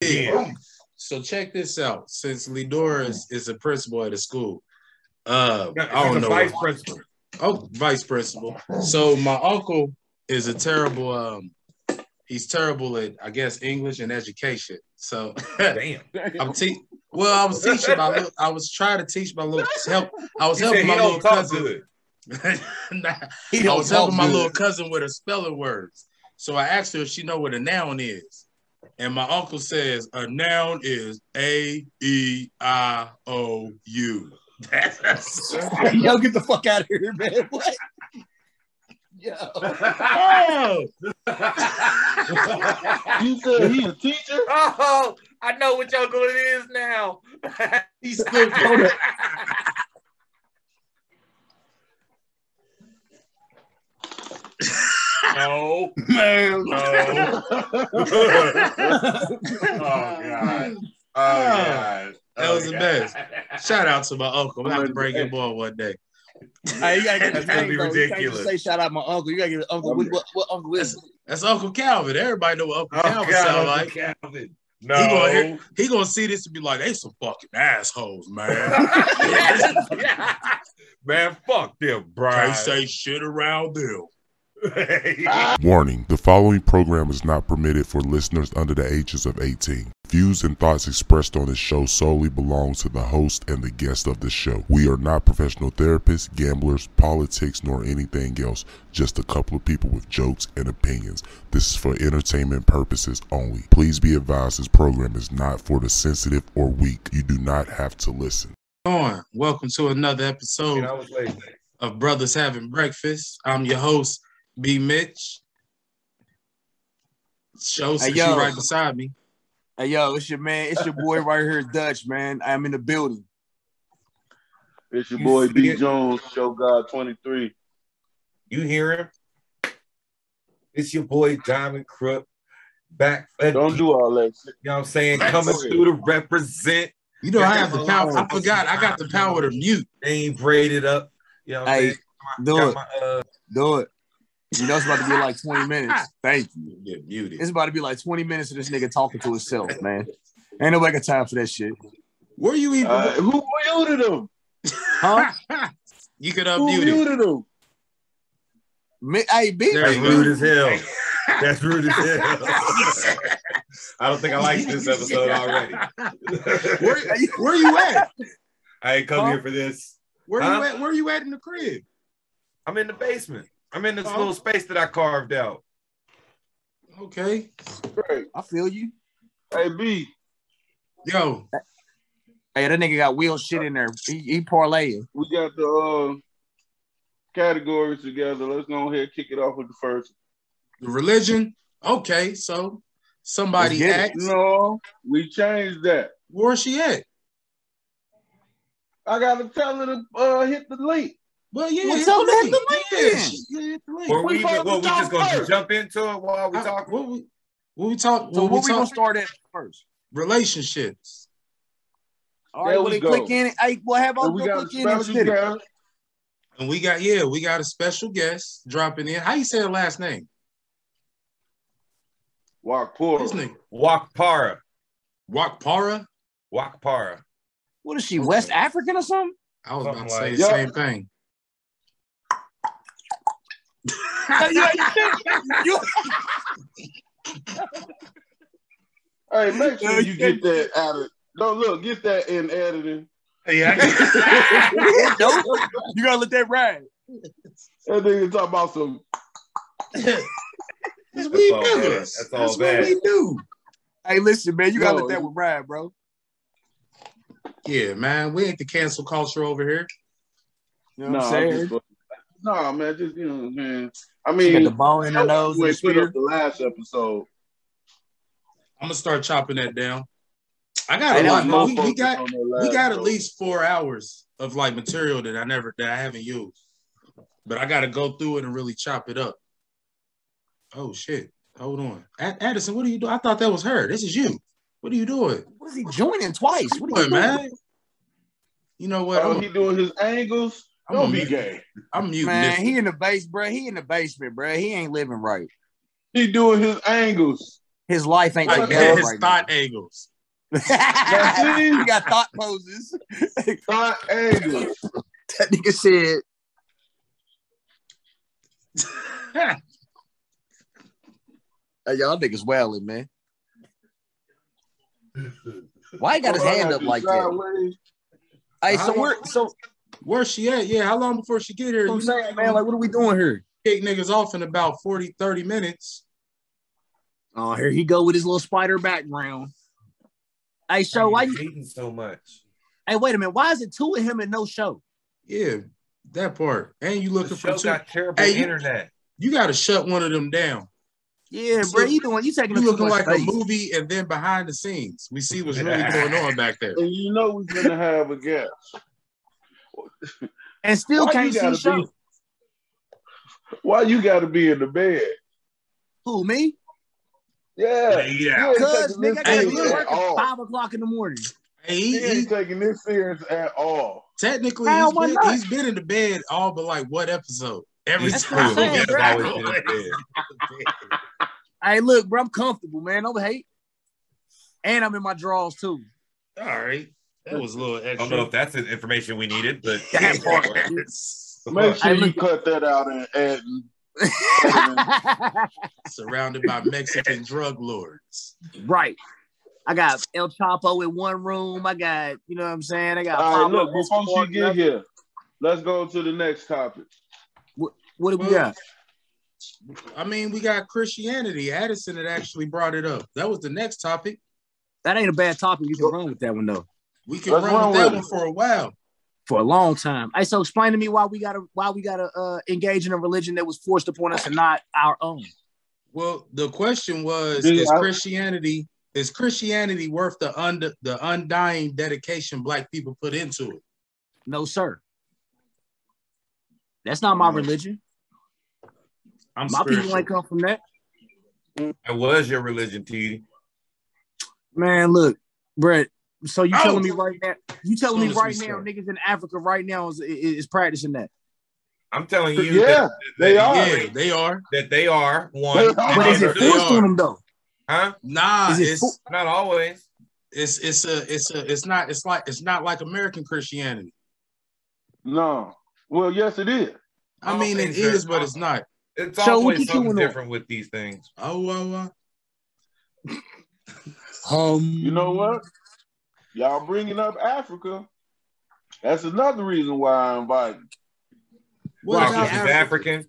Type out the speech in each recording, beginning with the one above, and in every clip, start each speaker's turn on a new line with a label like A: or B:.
A: did. So check this out. Since Lidora is, is a principal at a school, uh, I
B: He's
A: don't
B: a
A: know.
B: Vice principal.
A: Oh, vice principal. So my uncle is a terrible. Um, he's terrible at I guess English and education. So
B: Damn.
A: I'm te- Well, I was teaching my. Little, I was trying to teach my little help. I was
B: He said
A: helping
B: he
A: my little
B: don't talk
A: cousin.
B: good.
A: Nah,
C: He
A: I
C: don't
A: was helping
C: talk
A: my
C: good.
A: little cousin with her spelling words. So I asked her if she know what a noun is. And my uncle says a noun is A E I O U. That's
C: Yo, get the fuck out of here, man. What? Yo.
A: oh,
D: You said he's a teacher?
B: oh, I know what your good is now.
A: he's stupid.
C: Hold up.
B: no.
C: Man.
B: No. Oh God. Oh God.
A: Ah. That was the best. Shout out to my uncle. I'm gonna have to
D: Oh,
A: bring him on one day.
C: Hey, you gotta get
B: That's
C: his
B: gonna
C: name,
B: be
C: though. You can't just
B: ridiculous.
C: say shout out my uncle. You gotta get uncle. What, what, what uncle is it?
A: That's Uncle Calvin. Everybody know what Uncle
B: Oh
A: Calvin
B: God,
A: sound
B: Uncle
A: like.
B: Calvin.
A: gonna
B: No.
A: hear- He gonna see this and be like, they some fucking assholes, man.
B: Man, fuck them, Brian.
A: Can't say shit around them.
E: Warning the following program is not permitted for listeners under the ages of 18. Views and thoughts expressed on this show solely belong to the host and the guest of the show. We are not professional therapists, gamblers, politics, nor anything else. Just a couple of people with jokes and opinions. This is for entertainment purposes only. Please be advised this program is not for the sensitive or weak. You do not have to listen.
A: On. Welcome to another episode
B: I was late.
A: of Brothers Having Breakfast. I'm your host, B. Mitch. Show
C: Hey,
A: sits
C: yo.
A: you right beside me.
C: Hey, yo, it's your man. It's your boy right here, Dutch, man. I'm in the building.
D: It's your
B: You
D: boy B.
B: see it?
D: Jones, Show God 23.
B: You hear him? It's your boy Diamond Crook back. at-
D: Don't do all that shit.
B: You know what I'm saying? Coming
D: Go ahead.
B: through to represent.
A: You know, I have the
B: Hello.
A: power. I forgot. I got the power to mute.
B: They ain't braided up. You know what I'm
C: Hey,
B: saying?
C: Do
B: Got
C: it.
B: my, uh,
C: Do it. You know it's about to be like 20 minutes. Thank you.
A: You Get muted.
C: It's about to be like 20 minutes of this nigga talking to himself, man. Ain't nobody got time for that shit.
A: Were you even?
D: Uh, who muted him?
C: Huh?
A: you could
D: Who
A: unmute it.
D: muted him?
C: Me, hey, B.
A: There
B: that's
A: you
B: rude
A: go.
B: as hell. That's rude as hell. I don't think I like this episode already.
A: Where, where you at?
B: I ain't come here for this.
A: Where
B: Huh?
A: you at? Where you at in the crib?
B: I'm in the basement. I'm in this little space that I carved out.
A: Okay.
D: Great.
C: I feel you.
D: Hey, B.
A: Yo,
C: Hey, that nigga got wheel shit in there. He, he parlaying.
D: we got the uh, categories together. Let's go ahead and kick it off with the first.
A: the religion. Okay, so somebody
C: Let's get
A: asked,
D: No, we changed that.
A: where she at?
D: I gotta tell her to uh, hit the link.
A: Well, yeah.
C: Well,
A: hit
C: tell
A: the
C: her hit the
A: link.
C: link
A: Yeah,
C: then.
A: she- yeah, hit the link.
B: Or
D: We
B: we, even,
D: both
B: well, we just gonna
D: first.
B: jump into it while we
A: I-
B: talking.
A: What we, what we talk?
C: So
A: what
C: what
A: we
C: we gonna
A: talk
C: start at first?
A: relationships.
C: All
D: There
C: right, well
D: we
C: they
D: go.
C: click in. Hey, well have
D: And we
C: Uncle
D: got a
C: click in and
D: special
C: shit.
D: guest.
A: And we got yeah, we got a special guest dropping in. How you say her last name? His
D: Wakpora.
A: name
B: Walk para.
A: Wakpara.
B: Walk para.
C: What is she, West African or something?
A: I was about to say the
D: Yeah.
A: same thing.
D: Hey, make
C: No,
D: sure
C: you
D: you get that out of. No, look, get that in editing.
B: Yeah.
C: Nope. You gotta let that ride.
D: That nigga talking about some.
A: That's we
B: all
A: do
B: bad.
A: this.
B: That's all
D: Oh,
A: That's
B: bad.
A: what we do.
C: Hey, listen, man, you gotta
D: No,
C: let that
D: you-
C: one ride, bro.
A: Yeah, man. We ain't the cancel culture over here.
C: You know
D: No,
C: what I'm saying?
D: nah, man, just you know what I'm saying. I
C: She got the
D: mean,
C: bone in her nose and
D: we
C: the
D: put up
C: spear.
D: the last episode.
A: I'm gonna start chopping that down. I
C: Hey,
A: got a
C: that
A: lot.
C: was
A: man.
C: my Uh,
A: We, we got we got at least
D: least.
A: four hours of like material that I never that I haven't used. But I gotta go through it and really chop it up. Oh shit. Hold on. A- Addison, what are you doing? I thought that was her. This is you. What are you doing?
C: What is he joining twice? What
A: What,
C: are you doing?
A: man? You know what?
D: Oh,
A: I'm,
D: he doing his angles.
A: I'm
D: Don't
A: a
D: be
A: man.
D: gay.
A: I'm muting
C: Man,
A: this.
C: he in the base, bro. He in the basement, bro. He ain't living right.
D: He doing his angles.
C: His life ain't
A: Like
C: like
D: Yeah,
A: his
C: right
A: thought angles.
D: Now,
C: now.
D: see?
C: he got thought poses.
D: Thought angles.
C: That nigga said, hey, y'all niggas wilding, man. Why he got his
D: Oh, I
C: hand
D: got
C: up
D: you
C: like that?
D: sideways.
C: Hey, so
A: How-
C: we're so
A: Where she at? Yeah, how long before she get here?
C: I'm
A: You know,
C: saying, man, like what are we doing here?
A: kick niggas off in about 40, 30 minutes.
C: Oh, here he go with his little spider background. Hey, so why
B: Why
C: you
B: you eating so much?
C: hey wait a minute, why is it two of him and no show?
A: Yeah, that part. And you
B: The
A: looking for
B: show
A: two.
B: got terrible
A: Hey, you-
B: internet.
A: you gotta shut one of them down.
C: Yeah,
A: So,
C: bro, you doing you taking
A: You
C: up too
A: looking
C: much
A: like a
C: space.
A: movie, and then behind the scenes, we see what's really going on back there.
D: And you know we're gonna have a gap.
C: and still
D: Why
C: can't
D: you gotta
C: see show.
D: be- Why you gotta be in the bed?
C: Who me?
D: Yeah.
B: Yeah.
D: You ain't
C: Cuz
D: taking this
C: nigga I gotta
A: Hey,
C: be
D: serious
A: look.
C: working
D: at all.
C: five o'clock in the morning.
A: Hey,
D: He
A: he, he-
D: ain't taking this serious at all.
A: technically
C: How,
A: he's
C: why
A: been,
C: not?
A: he's been in the bed all but like what episode? Every
B: It's
C: That's
B: true.
C: what
A: time.
C: I'm saying,
A: Yeah,
B: It's
C: bro.
B: always been a bed.
C: Hey, look, bro, I'm comfortable, man. Don't hate. And I'm in my drawers too.
A: all right, that was a little
B: I don't know if
A: extra.
B: that's the information we needed, but
A: That part.
D: Make
C: I
D: sure you
C: look-
D: cut that out and add.
A: Surrounded by Mexican drug lords.
C: right. I got El Chapo in one room. I got, you know what I'm saying? I got
D: All right,
C: Pablo
D: look, before
C: Escobar
D: she
C: in
D: get
C: another-
D: here, let's go to the next topic.
C: What do we
A: Well,
C: got?
A: I mean, we got Christianity. Addison had actually brought it up. That was the next topic.
C: That ain't a bad topic. You can run with that one though.
A: We can
D: Let's
A: run
D: run
A: with that one
D: with it.
A: for a while.
C: For a long time. Hey, so explain to me why we gotta why we gotta uh, engage in a religion that was forced upon us and not our own.
A: Well, the question was:
D: Dude,
A: Is
D: I-
A: Christianity is Christianity worth the und- the undying dedication Black people put into it?
C: No, sir. That's not my
D: Mm.
C: religion.
A: I'm
C: My people ain't come from that.
B: that was your religion, T.
C: Man, look, Brett. So you
A: Oh.
C: telling me right now? You telling me
A: Soon as we
C: right now,
A: start.
C: niggas in Africa right now is, is, is practicing that.
B: I'm telling you,
D: Yeah,
B: that,
D: they
B: that-
D: are.
A: yeah, they are.
B: that they are one.
D: They are.
B: and
C: But
B: they
C: is it
B: do-
A: they
C: forced
A: are.
C: on them though?
B: Huh?
A: Nah,
C: Is it
A: it's,
C: full-
B: Not always.
A: it's it's a it's a it's not it's like it's not like American Christianity.
D: No. Well, yes, it is.
A: I
B: All
A: mean, it
B: things are-
A: is, but it's not.
B: It's
C: So what you
B: always
C: doing
B: something
C: on?
B: different with these things.
A: Oh, oh, oh.
C: Um,
D: You know what? Y'all bringing up Africa. That's another reason why I invited.
A: What
C: Right,
A: about
B: she's
A: Africa?
B: African.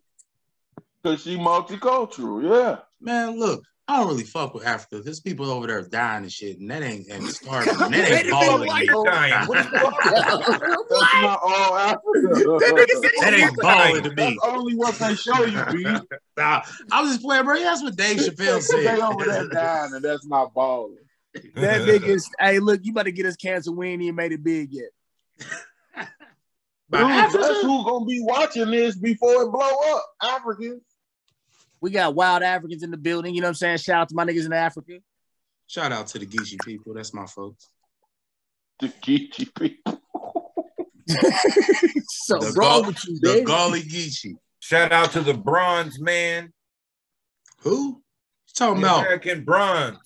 D: Because she multicultural, yeah.
A: Man, look, I don't really fuck with Africa. There's people over there dying and shit, and that ain't and starving. and that
C: Wait a
A: ain't
C: minute,
A: balling.
C: like-
A: to
C: "Oh,
A: me.
B: Dying.
D: That's not all Africa.
A: That ain't balling to me.
D: That's only what they show you, B.
A: Nah, I was just playing, bro. Yeah, that's what Dave Chappelle
D: they over there
A: said.
D: dying, and that's not balling.
A: oh,
C: that nigga's. Hey, look, you better get us canceled. We ain't even made it big yet.
A: But
D: Dude, that's
A: Africa-
D: who gonna be watching this before it blow up. Africans.
C: We got wild Africans in the building. You know what I'm saying? Shout out to my niggas in Africa.
A: Shout out to the Geechee people. That's my folks.
D: The Geechee people.
C: so
A: The
C: wrong
A: Gau-
C: with you,
A: The
C: baby.
A: Golly Geechee.
B: Shout out to the bronze man,
A: Who? You
B: the
A: talking about?
B: American bronze,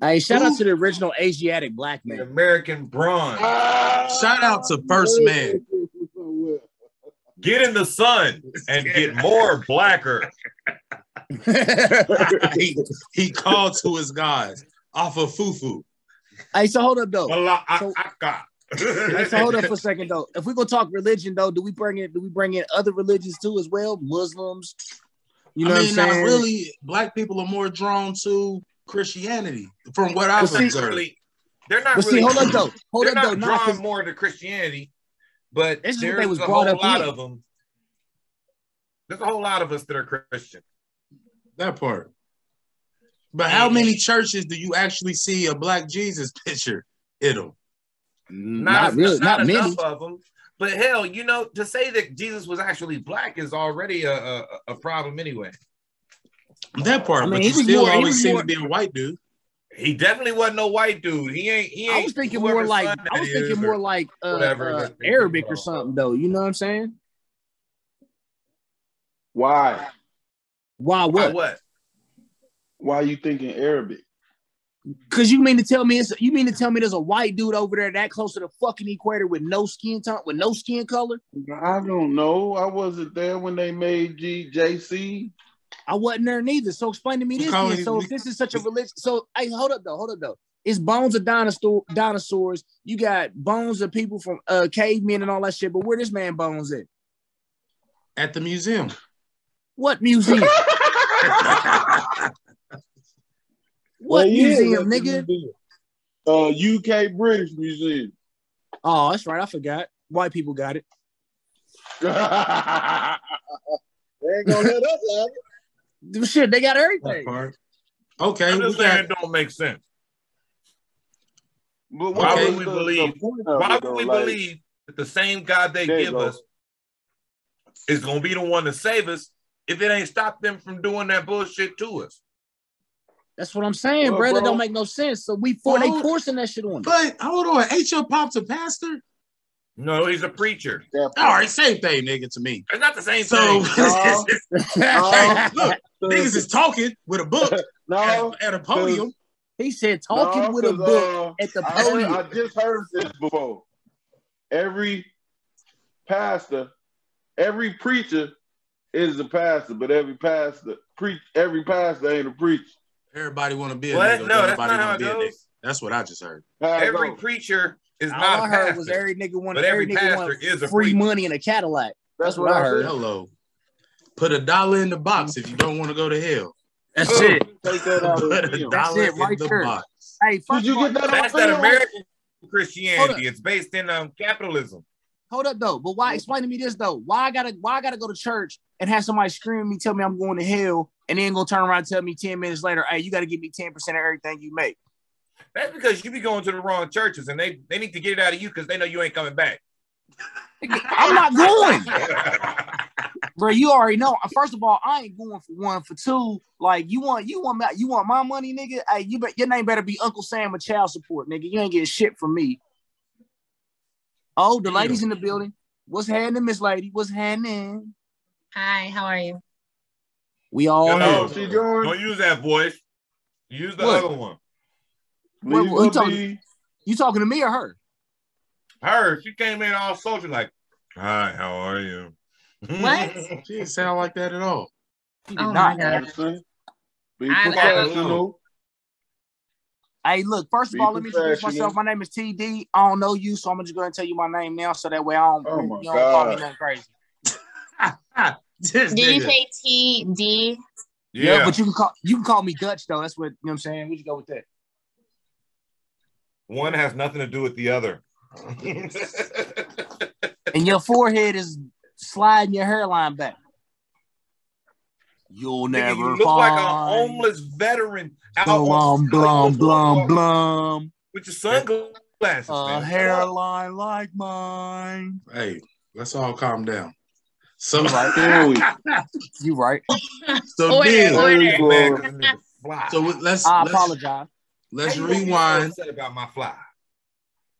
C: Hey, shout out to the original Asiatic black
B: the
C: man.
B: American bronze.
A: Shout out to First Man.
B: Get in the sun and get more blacker.
C: hey,
A: he, he called to his guys off of Fufu.
C: so hold up though.
B: Mala'aka.
C: Hey, so hold up for a second though. If we gonna talk religion though, do we bring in do we bring in other religions too as well? Muslims, you know
A: I
C: what
A: mean,
C: I'm
A: not
C: saying?
A: really. Black people are more drawn to Christianity, from what
B: But
A: I've
B: see,
A: observed.
B: really- They're not
C: But see,
B: really.
C: hold up though, hold
B: they're
C: up though.
B: not
C: Nah, 'cause-
B: drawn more to Christianity, but
C: This is what they
B: there's
C: was
B: a
C: brought
B: whole
C: up
B: lot
C: in.
B: of them. There's a whole lot of us that are Christian.
A: That part. But how many churches do you actually see a black Jesus picture in them?
C: not, really, not, many.
B: enough of them. But hell, you know, to say that Jesus was actually black is already a, a, a problem anyway.
A: That part,
C: I mean,
A: but
C: he
A: you
C: was
A: still
C: more- he
A: always
C: was
A: seem
C: more-
A: to be a white dude.
B: He definitely wasn't no white dude. He ain't. He ain't
C: I was thinking
B: whoever
C: more like
B: son
C: I was
B: that
C: thinking
B: is
C: more
B: or-
C: like uh,
B: whatever
C: uh,
B: that thing
C: Arabic
B: is
C: or
B: called.
C: something though. You know what I'm saying?
D: Why?
C: Why? What?
B: Why what?
D: Why you thinking Arabic?
C: Cause you mean to tell me it's you mean to tell me there's a white dude over there that close to the fucking equator with no skin tone with no skin color?
D: I don't know. I wasn't there when they made GJC.
C: I wasn't there neither. So explain to me
A: We
C: this.
A: call
C: then.
A: it-
C: So if
A: we-
C: this is such a religion, so hey, hold up though, hold up though. It's bones of dinosaur dinosaurs. You got bones of people from uh cavemen and all that shit. But where this man bones at?
A: At the museum.
C: What museum? what
D: Well, yeah,
C: museum,
D: that's
C: nigga?
D: the museum. Uh, UK British Museum.
C: Oh, that's right. I forgot. White people got it.
D: they ain't gonna let us have it.
C: Shit, they got
A: That
C: everything.
A: part. Okay,
B: I'm
A: we
B: just saying
A: got,
B: it don't make sense.
D: But
B: Why
D: what
A: would
D: was
B: we
D: the-
B: believe-
D: the point of
B: Why
D: it,
B: would
D: though?
B: we
D: Like,
B: believe that the same God they
D: There you
B: give
D: go.
B: us is going to be the one to save us if it ain't stopped them from doing that bullshit to us?
C: That's what I'm saying,
D: Well,
C: bro. That
D: bro.
C: don't make no sense. So we for they
A: Well,
C: forcing that shit on. us.
A: but hold on. Ain't your pop's a pastor?
B: No, he's a preacher.
D: that
A: All right, same thing, nigga, to me.
B: It's not the same
A: So
B: thing.
D: No.
A: Oh. Hey, look, niggas
D: Cause-
A: is talking with a book
D: no,
A: at, at a podium.
C: he said talking
D: no,
C: with a
D: 'cause,
C: book
D: uh,
C: at the
D: I, heard,
C: podium.
D: I just heard this before. Every pastor, every preacher is a pastor, but every pastor preach every pastor ain't a preacher.
A: Everybody want to be a
B: What?
A: nigga.
B: No, that's
A: Everybody
B: not how
A: want
B: it
A: to be a nigga.
B: goes.
A: That's what I just heard.
D: How it
B: Every
D: go?
B: preacher is
C: All
B: not
C: I
B: a
C: heard
B: pastor.
C: was every nigga wanted
B: But every
C: every, nigga
B: pastor
C: wanted
B: is a
C: free
B: preacher.
C: money in a Cadillac.
D: That's what I heard.
A: Hello. Put a dollar in the box if you don't want to go to hell.
C: That's
B: Oh.
C: it.
D: Take that out of
A: Put
D: the
A: a
D: film.
A: dollar
C: it right
A: in the
C: there.
A: box.
C: Hey, first
D: Did you
C: of all,
D: get that?
B: That's
D: on
B: that
D: film?
B: American
C: Hold
B: Christianity. It's based in um, capitalism.
C: Hold up though. But why explain to me this though? Why I gotta why I gotta go to church and have somebody scream at me, tell me I'm going to hell, and then gonna turn around and tell me 10 minutes later, hey, you gotta give me 10% of everything you make.
B: That's because you be going to the wrong churches and they, they need to get it out of you because they know you ain't coming back.
C: I'm not going. Bro, you already know. First of all, I ain't going for one, for two. Like you want you want my you want my money, nigga. Hey, you bet your name better be Uncle Sam or child support, nigga. You ain't getting shit from me. Oh, the ladies in the building. What's happening, Miss Lady? What's happening?
F: Hi, how are you?
C: We all
B: Hello.
C: here.
D: Oh, she joined.
B: Don't use that voice. Use the
C: What?
B: other one.
C: Wait,
D: Leave
C: what you
D: her
C: talking-
D: be.
C: You talking to me or her?
B: Her, she came in all social like, "Hi, how are you?"
F: What?
A: She didn't sound like that at all.
C: She did
F: Oh
C: not.
F: my god.
D: Anderson. Be
F: I- I-
D: professional.
C: Hey, look, first of
D: Be
C: all, let me introduce
D: professional.
C: myself. My name is TD. I don't know you, so I'm just going to tell you my name now so that way I don't,
D: Oh
C: you
D: my
C: don't call me
D: God.
C: nothing crazy.
A: This
F: Did you
A: nigga.
F: say T D?
C: Yeah.
B: Yeah,
C: but you can call you can call me Dutch though. That's what you know what I'm saying. We should go with that.
B: one has nothing to do with the other.
C: And your forehead is sliding your hairline back. You'll never
B: Nigga, you look like a homeless veteran out
C: Blum,
B: on
C: blum, blum, blum.
B: with your sunglasses.
C: A
B: man.
C: hairline like mine.
A: Hey, let's all calm down. So,
D: There we
C: You right.
A: so,
F: Order,
A: then,
F: order.
D: There you
B: Man,
D: go.
B: 'cause this nigga fly.
A: so let's
C: I
A: let's,
C: apologize.
A: let's
B: How you gonna be so
A: rewind.
B: upset about my fly.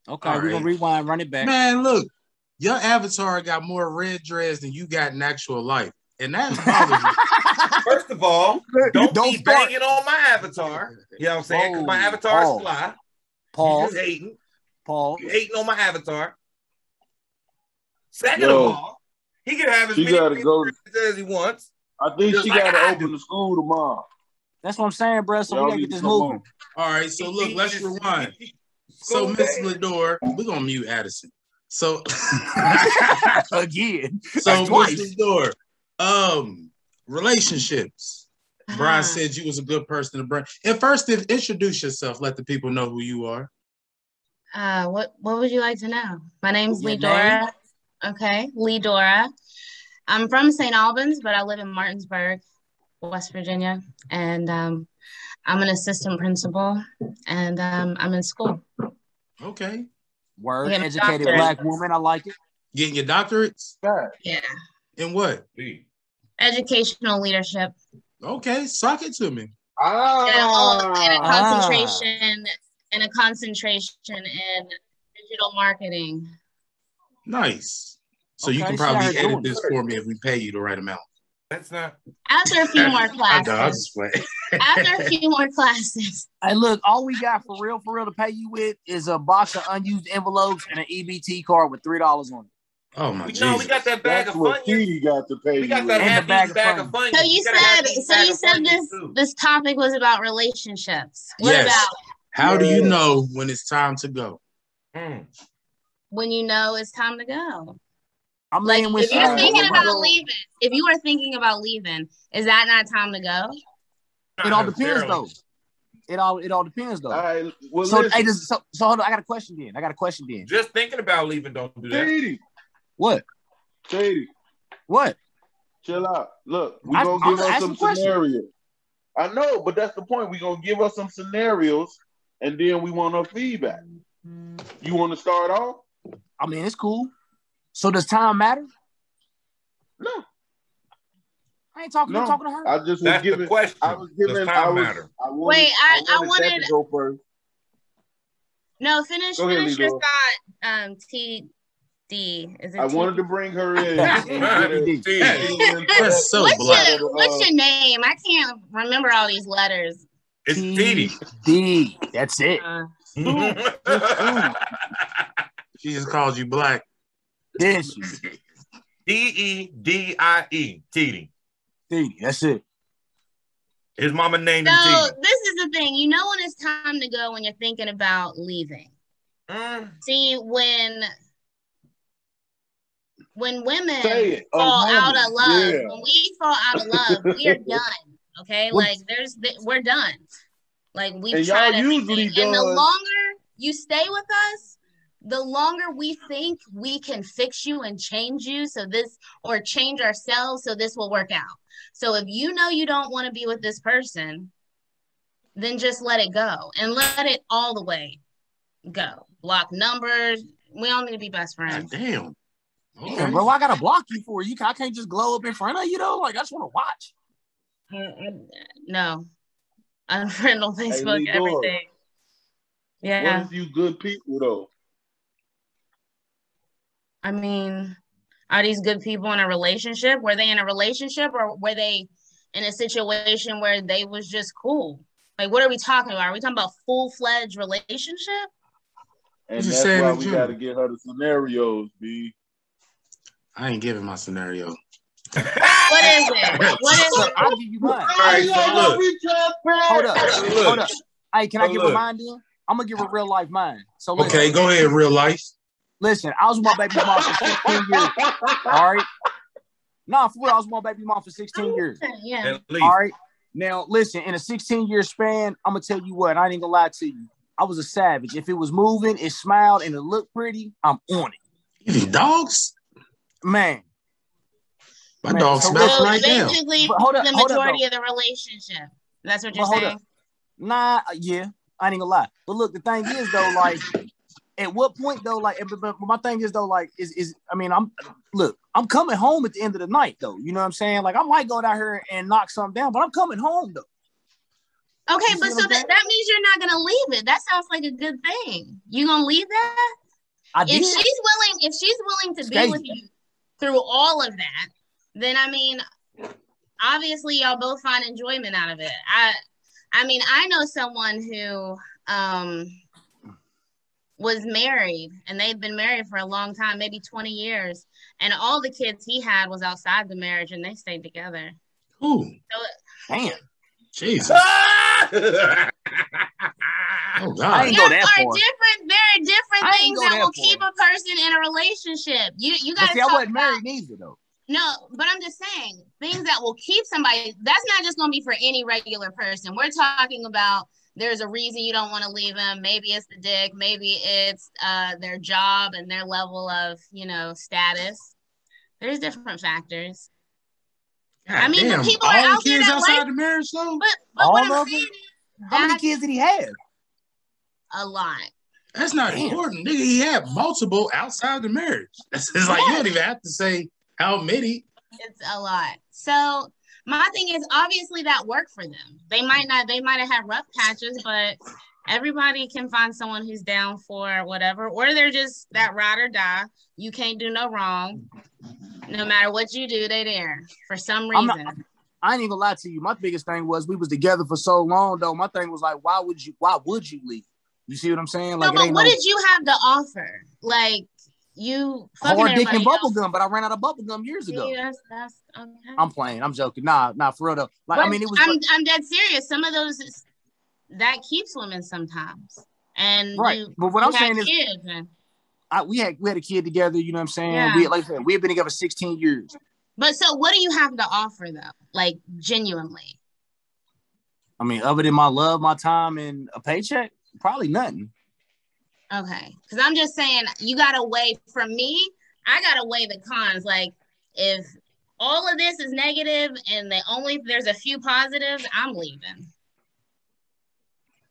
C: Okay,
A: All
C: we're gonna
A: right.
C: rewind, run it back.
A: Man, look, your avatar got more red dreads than you got in actual life, and that bothers me.
B: First of all, don't, be
C: start.
B: banging on my avatar. You know what I'm saying? 'Cause my
C: Oh,
B: avatar
C: oh.
B: is fly. You
C: Pause.
B: just hating.
C: Paul.
B: You hating on my avatar. Second
D: Yo.
B: of all, he can have as
D: She
B: many
D: gotta go.
B: pictures as he wants.
D: I think
B: Just
D: she
B: like
D: got to
B: I
D: open
B: do.
D: the school tomorrow.
C: That's what I'm saying, bro. So
D: Y'all
C: we gotta
D: need
C: get this
D: to come
C: moving.
D: on.
A: All right, so look, let's rewind. So,
B: School
A: Miss
B: day.
A: Lador, we're gonna mute Addison. So,
C: Again.
A: so
C: twice.
A: Miss Lador, um, relationships.
F: Uh-huh.
A: Brian said you was a good person to bring. And first, if, introduce yourself. Let the people know who you are.
F: Uh, what what would you like to know? My name's
C: Your
F: Lee Dora. Okay, Lee Dora. I'm from St. Albans, but I live in Martinsburg, West Virginia, and um, I'm an assistant principal, and um, I'm in school.
A: Okay,
C: Word
F: Yeah,
C: educated
F: doctor.
C: black woman. I like it.
A: getting your doctorates
D: God,
F: Yeah,
A: and what?
F: educational leadership
A: Okay, sock it to me.
F: and, all- and a
D: Oh, Ah,
C: Ah.
F: concentration and a concentration in digital marketing.
A: Nice. So you
C: Okay,
A: can
C: see how
A: probably
C: you're
A: edit
C: doing.
A: this for me if we pay you the right amount.
B: That's not.
F: After a few more
A: I know, I
F: classes.
A: just play.
F: After a few more classes.
C: Hey, look, all we got for real, for real to pay you with is a box of unused envelopes and an EBT card with three dollars on it.
A: Oh my
B: No, we
A: Jesus.
B: got that bag
D: That's
B: of
D: what
B: Funyuns.
D: Petey got to pay
B: We got
D: you
B: that
D: with.
C: And
B: half
C: the bag
B: bag,
C: of
B: bag of Funyuns.
F: So you
B: We got a half
F: said
B: piece
F: so
B: bag
F: you
B: of
F: said
B: Funyuns,
F: this
B: too.
F: this topic was about relationships. What
A: Yes.
F: about
A: How do you know when it's time to go?
B: Mm.
F: when you know it's time to go?
C: I'm
F: Like
C: laying with
F: if you're
D: Alright,
F: thinking
D: what
F: about
D: about-
F: leaving, if you are thinking about leaving, is that not time to go?
C: It all depends
B: Barely.
C: though. It all it all depends though.
D: All right, well,
C: so hey,
D: listen,
C: this, so so hold on. I got a question then. I got a question then.
B: Just thinking about leaving, don't do that.
D: Petey,
C: What?
D: Petey,
C: What?
D: chill out. Look, we
C: I-
D: gonna
C: I'm
D: give
C: asking
D: us some
C: questions.
D: scenarios. I know, but that's the point. We gonna give us some scenarios, and then we want our feedback. You want to start off?
C: I mean, it's cool. So does time matter?
D: No,
C: I ain't talking.
D: No.
C: I'm talking to her.
D: I just was
B: That's the
D: giving.
B: question.
D: I was
B: Does
D: giving.
B: time
D: I was.
B: matter?
D: I wanted,
F: Wait, I- I
D: that
F: wanted-
D: to go first.
F: No, finish
D: Go ahead,
F: finish your
D: Lilo.
F: thought. Um, T D is it?
D: I
F: T-
D: wanted to bring her in.
C: Yeah.
D: and get her-
B: E. Jeez.
D: E.
A: That's so
F: What's
A: black.
F: your, what's your
D: uh,
F: name? I can't remember all these letters.
B: It's E.
C: T-
A: E.
B: Petey.
C: D. That's it.
F: Uh,
A: E. She just called you black.
C: Then she
B: D E D I E. Petey.
C: D. That's it.
B: His mama named him E.
F: so
B: Petey.
F: this is the thing. You know when it's time to go when you're thinking about leaving.
B: Mm.
F: See when when women
D: Say it, a
F: fall
D: woman,
F: out of love,
D: yeah.
F: when we fall out of love, we are done. Okay,
C: What-
F: like there's th- we're done. Like we
D: And
F: have
D: y'all
F: tried
D: usually
F: everything, and the
D: done-
F: longer you stay with us, the longer we think we can fix you and change you. So this or change ourselves, so this will work out. So if you know you don't want to be with this person, then just let it go and let it all the way go. Block numbers. We don't need to be best
A: God
F: friends.
A: damn.
C: Damn,
A: Okay.
C: bro, I gotta block you for it. you. ca- I can't just glow up in front of you though. Like I just want to watch.
F: I- I- no, unfriend on Facebook,
D: Lee Dora.
F: everything. Yeah,
D: What if you good people though?
F: I mean, are these good people in a relationship? Were they in a relationship, or were they in a situation where they was just cool? Like, what are we talking about? Are we talking about full fledged relationship?
D: And
A: What you
D: that's
A: saying
D: why
A: in
D: we
A: general?
D: got to get her the scenarios, B.
A: I ain't giving my scenario.
B: Hmm.
F: What is it? What is
C: Look,
F: it?
C: I'll give you mine.
B: right, so look.
C: Hold up,
B: Look.
C: hold up. Hey, can I
B: So
C: give a
B: look.
C: mine then? I'm gonna give a real life mine. So listen,
A: Okay, go ahead, real life.
C: listen. I was with my baby mom for 16 years. All right. Nah, for real, I was with my baby mom for 16 years.
F: Yeah.
B: At least.
C: All right. Now, listen, in a 16 year span, I'm going to tell you what, I ain't going to lie to you. I was a savage. If it was moving, it smiled, and it looked pretty, I'm on it.
A: Even dogs?
C: Man,
A: My
C: Man,
A: dog
C: so
A: smells
C: That's
F: So
A: right now.
F: basically,
C: But hold up,
F: the
C: hold up,
F: majority of the relationship. That's what you're
C: But hold
F: saying.
C: nah, uh, yeah, I ain't going to lie. But look, the thing is, though, like, at what point, though, like, but- but my thing is, though, like, is, is I mean, I'm, look, I'm coming home at the end of the night, though. You know what I'm saying? Like, I might go down here and knock something down, but I'm coming home, though.
F: Okay,
C: You see
F: but
C: what
F: so
C: I'm
F: that, that means you're not gonna leave it. That sounds like a good thing. You gonna leave that?
C: I
F: If
C: did.
F: she's willing, if she's willing to be
C: Stay.
F: with you through all of that, then I mean, obviously y'all both find enjoyment out of it. I, I mean, I know someone who um was married and they've been married for a long time, maybe twenty years, and all the kids he had was outside the marriage, and they stayed together.
A: Ooh,
C: Damn.
B: Uh,
A: Jesus.
B: Ah!
A: Oh,
C: I
A: God.
C: ain't
F: There
C: go that
F: are
C: far.
F: different. There are different
C: I ain't
F: things
C: go
F: that
C: that
F: will keep a person in a relationship. You you
C: But
F: gotta
C: see, I
F: talk
C: wasn't
F: about
C: married either, though.
F: no, but I'm just saying things that will keep somebody. That's not just gonna be for any regular person. We're talking about there's a reason you don't want to leave him. Maybe it's the dick. Maybe it's uh, their job and their level of you know status. There's different factors. I mean,
A: Goddamn,
F: people are
A: all
F: out
A: the
F: there
A: kids
F: that
A: outside
F: like-
A: the marriage, though?
F: But but what
C: All
F: I'm
C: of
F: saying
C: them?
F: is
C: How many
F: that's
C: kids did he have?
F: a lot.
A: That's not
C: Damn.
A: important. Nigga, he had multiple outside the marriage. It's like, you don't even have to say how many.
F: it's a lot. So my thing is obviously that worked for them. They might not they might have had rough patches, but everybody can find someone who's down for whatever, or they're just that ride or die. You can't do no wrong. No matter what you do, they there for some reason.
C: not- I ain't even lie to you. My biggest thing was we was together for so long though. My thing was like, why would you? Why would you leave? You see what I'm saying? Like,
F: no,
C: it
F: but
C: ain't
F: what
C: no
F: did you have to offer? Like you fucking
C: hard dick
F: everybody
C: and bubble
F: else.
C: gum, but I ran out of bubble gum years ago.
F: See, that's, that's okay.
C: I'm playing. I'm joking. Nah, nah, for real though. Like, I
F: But
C: mean, it was.
F: I'm, I'm dead serious. Some of those is- that keeps women sometimes, and
C: Right.
F: You,
C: but what
F: you
C: I'm
F: had
C: saying is,
F: kids and-
C: I, we had we had a kid together. You know what I'm saying?
F: Yeah.
C: We had, like I said, we had been together 16 years.
F: but so what do you have to offer though? Like genuinely,
C: I mean, other than my love, my time, and a paycheck, probably nothing.
F: okay? Because I'm just saying you got to weigh. For me, I got to weigh the cons. Like if all of this is negative and they only there's a few positives, I'm leaving.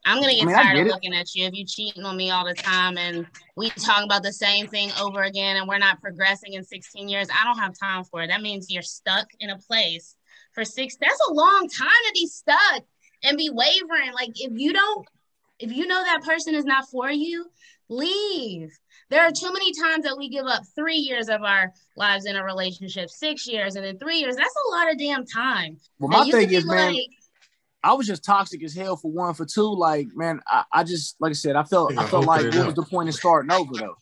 F: I'm gonna get
C: I mean, I
F: tired
C: get
F: of
C: it.
F: looking at you if you cheating on me all the time and we talk about the same thing over again and we're not progressing in 16 years. I don't have time for it. That means you're stuck in a place for six. That's a long time to be stuck and be wavering. Like if you don't, if you know that person is not for you, leave. There are too many times that we give up three years of our lives in a relationship, six years, and then three years. That's a lot of damn time.
C: Well,
F: Now,
C: my
F: you
C: thing
F: could be
C: is, man,
F: like,
C: I was just toxic as hell for one, for two. Like, man, I, I just like I said, I felt
A: Yeah,
C: I felt
A: open
C: like
A: it
C: what
A: up.
C: was the point in starting over though?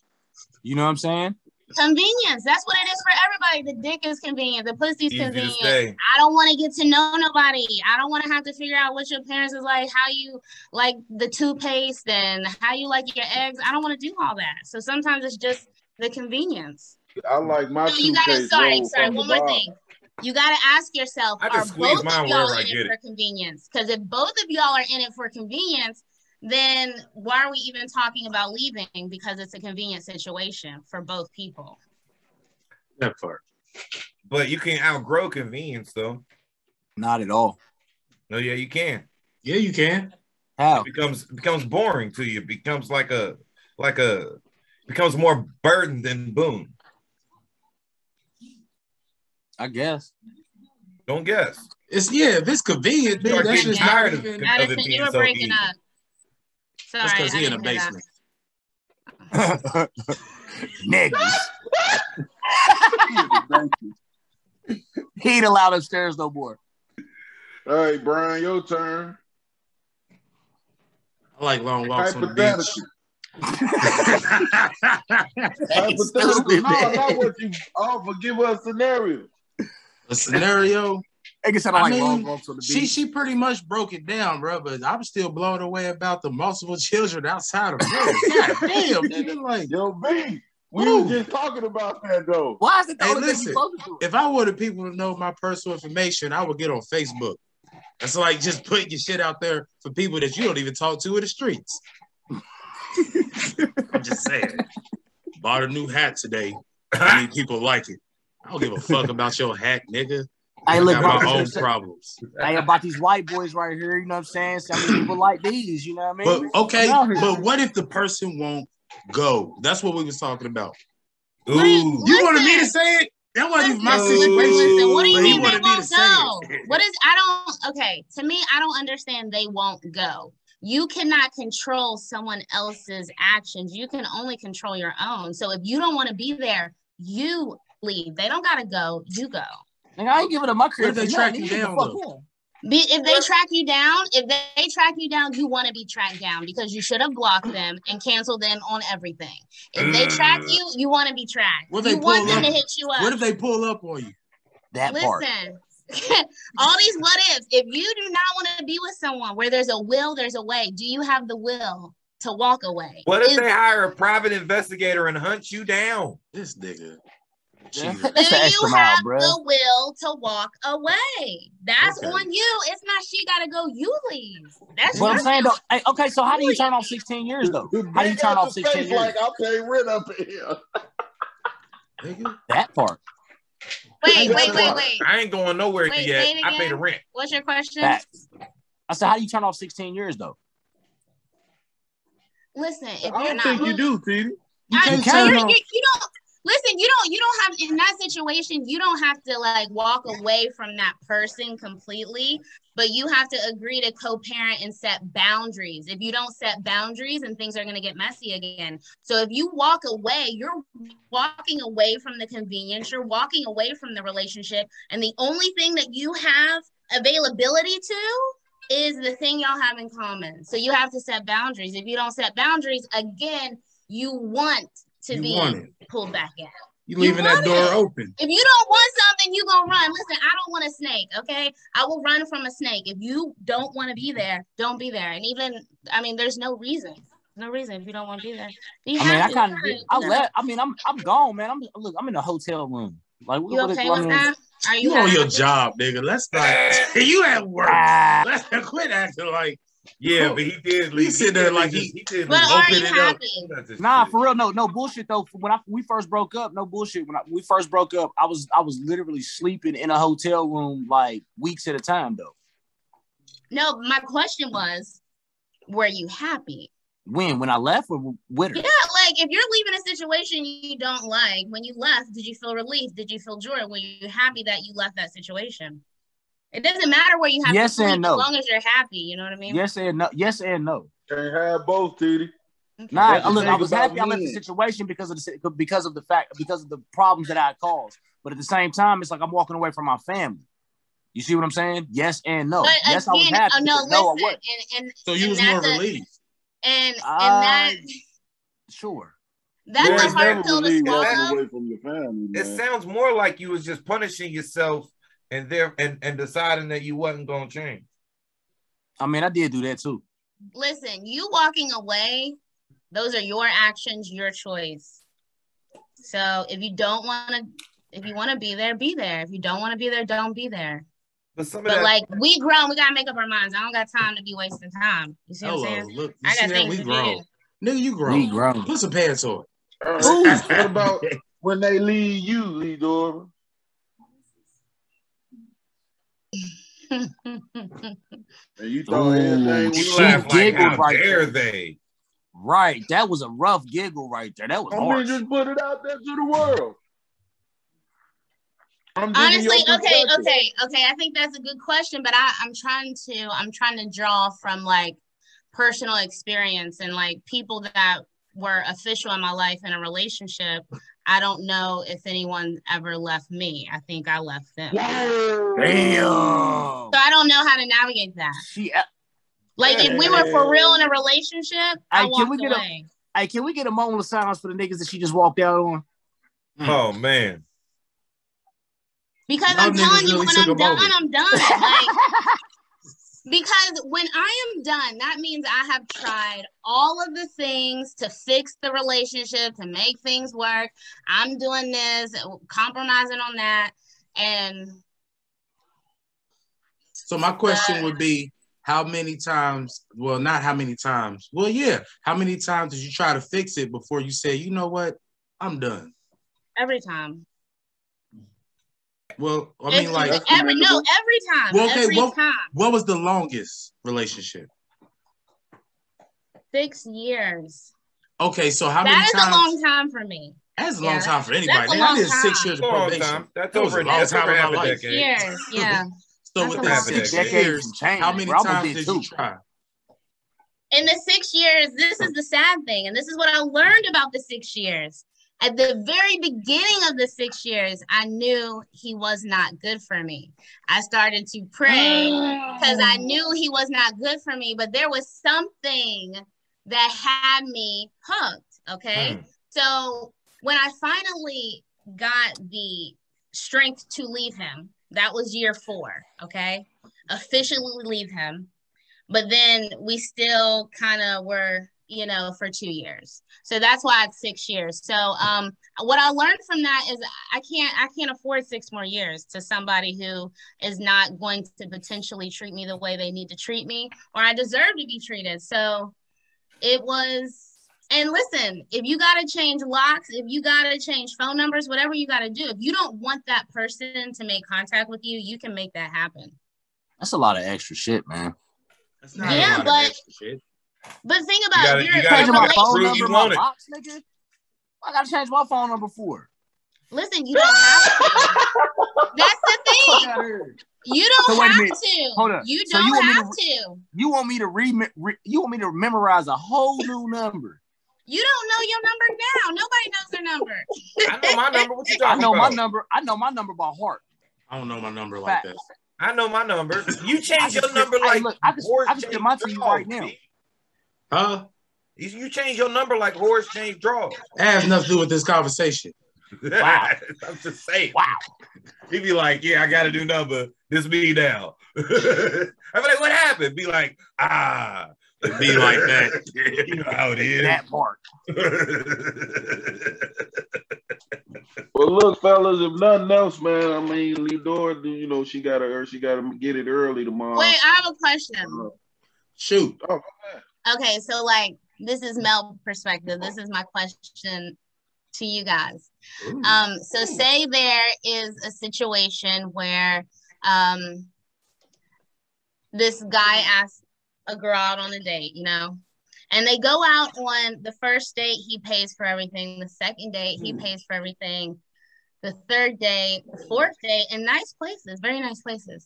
C: You know what I'm saying?
F: Convenience. That's what it is for everybody. The dick is convenient. The pussy's
B: Easy to
F: convenient.
B: say.
F: I don't want to get to know nobody. I don't want to have to figure out what your parents is like, how you like the toothpaste and how you like your eggs. I don't want to do all that. So sometimes it's just the convenience.
D: I like my
F: No, you gotta
D: toothpaste
F: sorry,
D: roll
F: sorry,
D: from the
F: one more
D: bottom.
F: thing. You gotta ask yourself,
B: I can
F: are
B: squeeze
F: both
B: mine
F: of y'all
B: wherever I
F: in
B: get
F: it for convenience? Because if both of y'all are in it for convenience, then why are we even talking about leaving? Because it's a convenient situation for both people.
A: That part.
B: But you can outgrow convenience, though.
C: Not at all.
B: No, yeah, you can.
A: Yeah, you can.
C: How?
B: It becomes it becomes boring to you. It becomes like a like a becomes more burden than boom.
C: I guess.
B: Don't guess.
A: It's yeah, if it's convenient,
F: You are
A: then that's
F: getting
A: just not
B: tired of
A: even.
B: it Other
F: Madison, you
B: being
F: were
B: so
F: breaking
B: easy.
F: up. Sorry,
A: That's because
F: I
A: he in the
F: didn't hear that.
A: basement.
C: Niggas. He ain't allowed upstairs no more.
D: All right, Brian, your turn.
A: I like long walks on the
D: Hypothetically.
A: beach. a
D: Hypothetical.
C: Stupid,
D: No,
C: man.
D: not what you offer. Give us scenario.
A: scenario.
C: Nigga said I
A: I
C: like
A: mean,
C: long walks on the
A: She
C: beach.
A: she pretty much broke it down, bro. But I'm still blown away about the multiple children outside of marriage. God damn, nigga. Like
D: Yo, B, we
A: Woo.
D: were just talking about that though.
C: Why is it the
A: Hey,
C: only thing
A: listen.
C: you focus on?
A: if I wanted people to know my personal information, I would get on Facebook. That's like just putting your shit out there for people that you don't even talk to in the streets. I'm just saying. Bought a new hat today. I mean, people like it. I don't give a fuck about your hat, nigga.
C: Hey,
A: I
C: look,
A: got
C: bro,
A: my own problems.
C: hey, about these white boys right here, you know what I'm saying? Some people like these, you know what I
A: But
C: mean?
A: okay,
C: I'm out here.
A: but what if the person won't go? That's what we was talking about.
F: What do you-
B: Ooh.
A: You wanted me to say it? That wasn't even my
B: Listen,
A: situation.
F: Listen, what do
A: but
F: you
A: he
F: mean they
A: wanted me to
F: won't
A: say
F: go?
A: it.
F: What is I don't okay. To me, I don't understand they won't go. You cannot control someone else's actions. You can only control your own. So if you don't want to be there, you leave. They don't gotta go. You go.
C: Nigga, I ain't giving up my
A: What if
C: career.
A: they
C: for
A: track
C: nothing.
A: you
C: Leave the
A: down,
C: fuck
A: though?
C: alone.
F: Be, if they track you down, if they track you down, you want to be tracked down because you should have blocked them and canceled them on everything. If they track you, you want to be tracked.
A: What if
F: you
A: Uh. they
F: want
A: pull
F: them to
A: up?
F: hit you up.
A: What if they pull up on you?
C: That part.
F: Listen, all these what ifs. If you do not want to be with someone where there's a will, there's a way. Do you have the will to walk away?
B: What if
F: Is-
B: they hire a private investigator and hunt you down?
A: This nigga.
C: Yeah.
A: Jesus.
C: That's the
F: do you
C: extra mile,
F: have
C: bruh.
F: the will to walk away? That's
A: Okay.
F: on you. It's not she gotta go. You leave. That's
C: But I'm
F: your
C: saying though, hey, okay, so how do you
F: Really?
C: turn off 16 years though? How do you
D: Big
C: turn
D: up
C: off
D: the
C: 16
D: face
C: years?
D: Like I pay rent up in here.
A: Nigga.
C: That part.
F: Wait,
D: That's
F: wait, wait,
D: what-
F: wait.
B: I ain't going nowhere
F: Wait,
B: yet.
F: say it
B: I pay the
F: again?
B: rent.
F: What's your question?
C: That. I said, how do you turn off 16 years though?
F: Listen, if
D: I
F: you're
D: don't
F: not
D: think you
F: moving,
D: do, T.
A: You
F: I-
A: can't
F: so
A: turn
F: you're-
A: off.
F: you- you don't Listen, you don't you don't have in that situation, you don't have to like walk away from that person completely, but you have to agree to co-parent and set boundaries. If you don't set boundaries and things are going to get messy again. So if you walk away, you're walking away from the convenience, you're walking away from the relationship, and the only thing that you have availability to is the thing y'all have in common. So you have to set boundaries. If you don't set boundaries, again, you want to
A: You
F: be
A: want it.
F: pulled back out.
A: You
F: You
A: leaving that
F: want
A: door
F: it.
A: open.
F: If you don't want something, you gonna run. Listen, I don't want a snake, okay? I will run from a snake. If you don't want to be there, don't be there. And even, I mean, there's no reason. No reason if you don't want to be there. You
C: I mean, I
F: have
C: kind of,
F: to.
C: I left. I mean, I'm, I'm gone, man. I'm look, I'm in a hotel room. Like, what,
F: You
C: what is-
F: okay
C: I
F: with
C: mean,
F: that? Are you,
A: You on
F: happy?
A: your job, nigga. Let's not. you at work.
C: ah,
A: Let's quit acting like
B: Yeah, but he did leave.
A: sit there
B: did
A: like
B: leave-
A: he-
B: did
F: But
B: leave-
F: are
A: Open
F: you
A: it up.
F: happy?
B: That's just
C: Nah,
B: shit.
C: for real, no, no bullshit though. When I we first broke up, no bullshit. When I, we first broke up, I was I was literally sleeping in a hotel room like weeks at a time though.
F: No, my question was, were you happy?
C: When when I left with, with her,
F: Yeah, like if you're leaving a situation you don't like, when you left, did you feel relief? Did you feel joy? Were you happy that you left that situation? It doesn't matter where you have
C: Yes
F: to sleep
C: and no.
F: as long as you're happy. You know what I mean?
C: yes and no, yes and no.
D: Can't have both, Titty.
F: Okay.
C: Nah,
D: That's
C: I,
D: the
C: look, I
D: thing
C: was
D: about
C: happy I left the
D: men.
C: situation because of the si- because of the fact because of the problems that I had caused. But at the same time, it's like I'm walking away from my family. You see what I'm saying? Yes and no.
F: But
C: yes, I was
F: again,
C: happy.
F: oh, no,
C: but no, I
F: listen,
C: wasn't.
F: and and
A: so you
F: And
A: was more
F: that's a-
A: relieved.
F: and, and
C: Uh,
F: that
C: Sure.
D: Boys
F: that's a
B: There's
F: hard
D: never
F: pill to
D: believe walking
F: swallow.
D: away from your family,
B: It
D: man.
B: sounds more like you was just punishing yourself and there and, and deciding that you wasn't gonna change.
C: I mean, I did do that too.
F: Listen, you walking away, those are your actions, your choice. So if you don't want to, if you want to be there, be there. If you don't want to be there, don't be there.
B: But some of
F: But
B: that
F: like we grown, we gotta make up our minds. I don't got time to be wasting time. You see what I'm
A: Hello,
F: saying?
A: look, you
F: I
A: see
F: got
A: that
F: things
A: we
F: to
A: grown.
F: do.
A: Nigga, you
C: We
A: grown.
C: grown.
A: Put some pants on.
D: All right.
C: Ooh.
D: Uh, What about when they leave you, Lee Dora? And you thought
C: Ooh,
D: everything
B: you
D: was
C: she
B: laugh like
C: giggled
B: how
C: right
B: dare
C: there.
B: they?
C: Right. That was a rough giggle right there. That was
D: I mean,
C: harsh.
D: just put it out there to the world. I'm giving
F: Honestly,
D: your
F: okay,
D: perspective.
F: okay, okay. I think that's a good question, but I, I'm trying to I'm trying to draw from like personal experience and like people that were official in my life in a relationship. I don't know if anyone ever left me. I think I left them. So
D: Whoa.
C: Damn.
F: I don't know how to navigate that.
C: She. uh,
F: Like if we were for real in a relationship,
C: Hey,
F: I
C: can we
F: walked
C: get a-
F: away.
C: Hey, can we get a moment of silence for the niggas that she just walked out on?
A: Hmm.
B: Oh man.
F: Because
A: Y'all
F: I'm
A: niggas
F: telling you,
A: really
F: when
A: took
F: I'm
A: a
F: done,
A: moment.
F: I'm done. Like Because when I am done, that means I have tried all of the things to fix the relationship, to make things work. I'm doing this, compromising on that. And
A: So my question would be, how many times? Well, not how many times. Well, yeah, how many times did you try to fix it before you said, you know what, I'm done?
F: every time.
A: Well, I mean,
F: It's-
A: like,
F: it's every no, every time.
A: Well, okay,
F: every
A: well-
F: time.
A: what was the longest relationship?
F: Six years.
A: Okay, so how
F: that
A: many
F: is
A: times?
F: a long time for me.
A: that's a
F: yeah,
A: long time for anybody.
F: that's a
A: Nigga, I
F: long
A: did six
F: time.
A: years of
B: Long
A: probation.
B: time. That's
A: That was
B: over
A: a
B: in
A: long
B: that's
A: time
B: over
A: of
B: half
A: my
B: a
A: life.
B: decade.
F: Years. Yeah.
A: So
F: That's a
A: within
F: long
A: six
B: time.
A: years, how many times did you try?
F: in the six years, this is the sad thing, and this is what I learned about the six years. At the very beginning of the six years, I knew he was not good for me. I started to pray because I
D: Mm.
F: knew he was not good for me, but there was something that had me hooked. Okay.
B: Hmm.
F: So when I finally got the strength to leave him, that was year four. Okay. Officially leave him but then we still kind of were you know for two years so that's why it's six years so um what i learned from that is i can't i can't afford six more years to somebody who is not going to potentially treat me the way they need to treat me or i deserve to be treated so it was and listen if you got to change locks if you got to change phone numbers whatever you got to do if you don't want that person to make contact with you you can make that happen
C: That's a lot of extra shit, man.
A: That's
F: not Yeah, a lot of but-
A: extra shit.
F: but think
B: You
F: about
B: gotta-
F: it.
B: you
F: you're in a
B: gotta
C: Changing my phone
B: prove
F: relationship.
B: you
C: number, my
B: want it.
C: box, nigga. I gotta change my phone number for.
F: Listen, you don't have to. That's the thing. You don't
C: So wait a
F: have
C: minute.
F: to.
C: Hold up.
F: You
C: So
F: don't
C: you want me to-
F: have to.
C: You want me to re, re- you want me to memorize a whole new number.
F: You don't know your number now. Nobody knows their number.
B: I know my number. What you
C: I
B: talking
C: know my
B: about?
C: number. I know my number by heart.
A: I don't know my number like that.
B: I know my number. You
C: I
B: change
C: just
B: your
C: spit-
B: number
C: hey,
B: like
C: look, I just-
B: horse
C: I just
B: change
C: spit mine to you
B: draws,
C: right now.
B: B.
A: Huh?
B: You, you change your number like horse change draws.
A: That has nothing to do with this conversation.
B: Wow. I'm just saying.
C: Wow.
B: He be like, yeah, I got a new number. This me now. I be like, what happened? Be like, ah.
A: It be like that.
B: you know how it is.
C: That part.
D: Well, look, fellas, if nothing else, man, I mean, Lidora, you know, she got to, she got to get it early
C: Oh.
D: tomorrow.
F: Wait, I have a question.
D: Uh,
A: Shoot.
F: Okay, so like this is Mel perspective. This is my question to you guys. Um, so say there is a situation where um this guy asks a girl out on a date, you know, and they go out on the first date, he pays for everything, the second date, he pays for everything, the third date, the fourth date, and nice places, very nice places.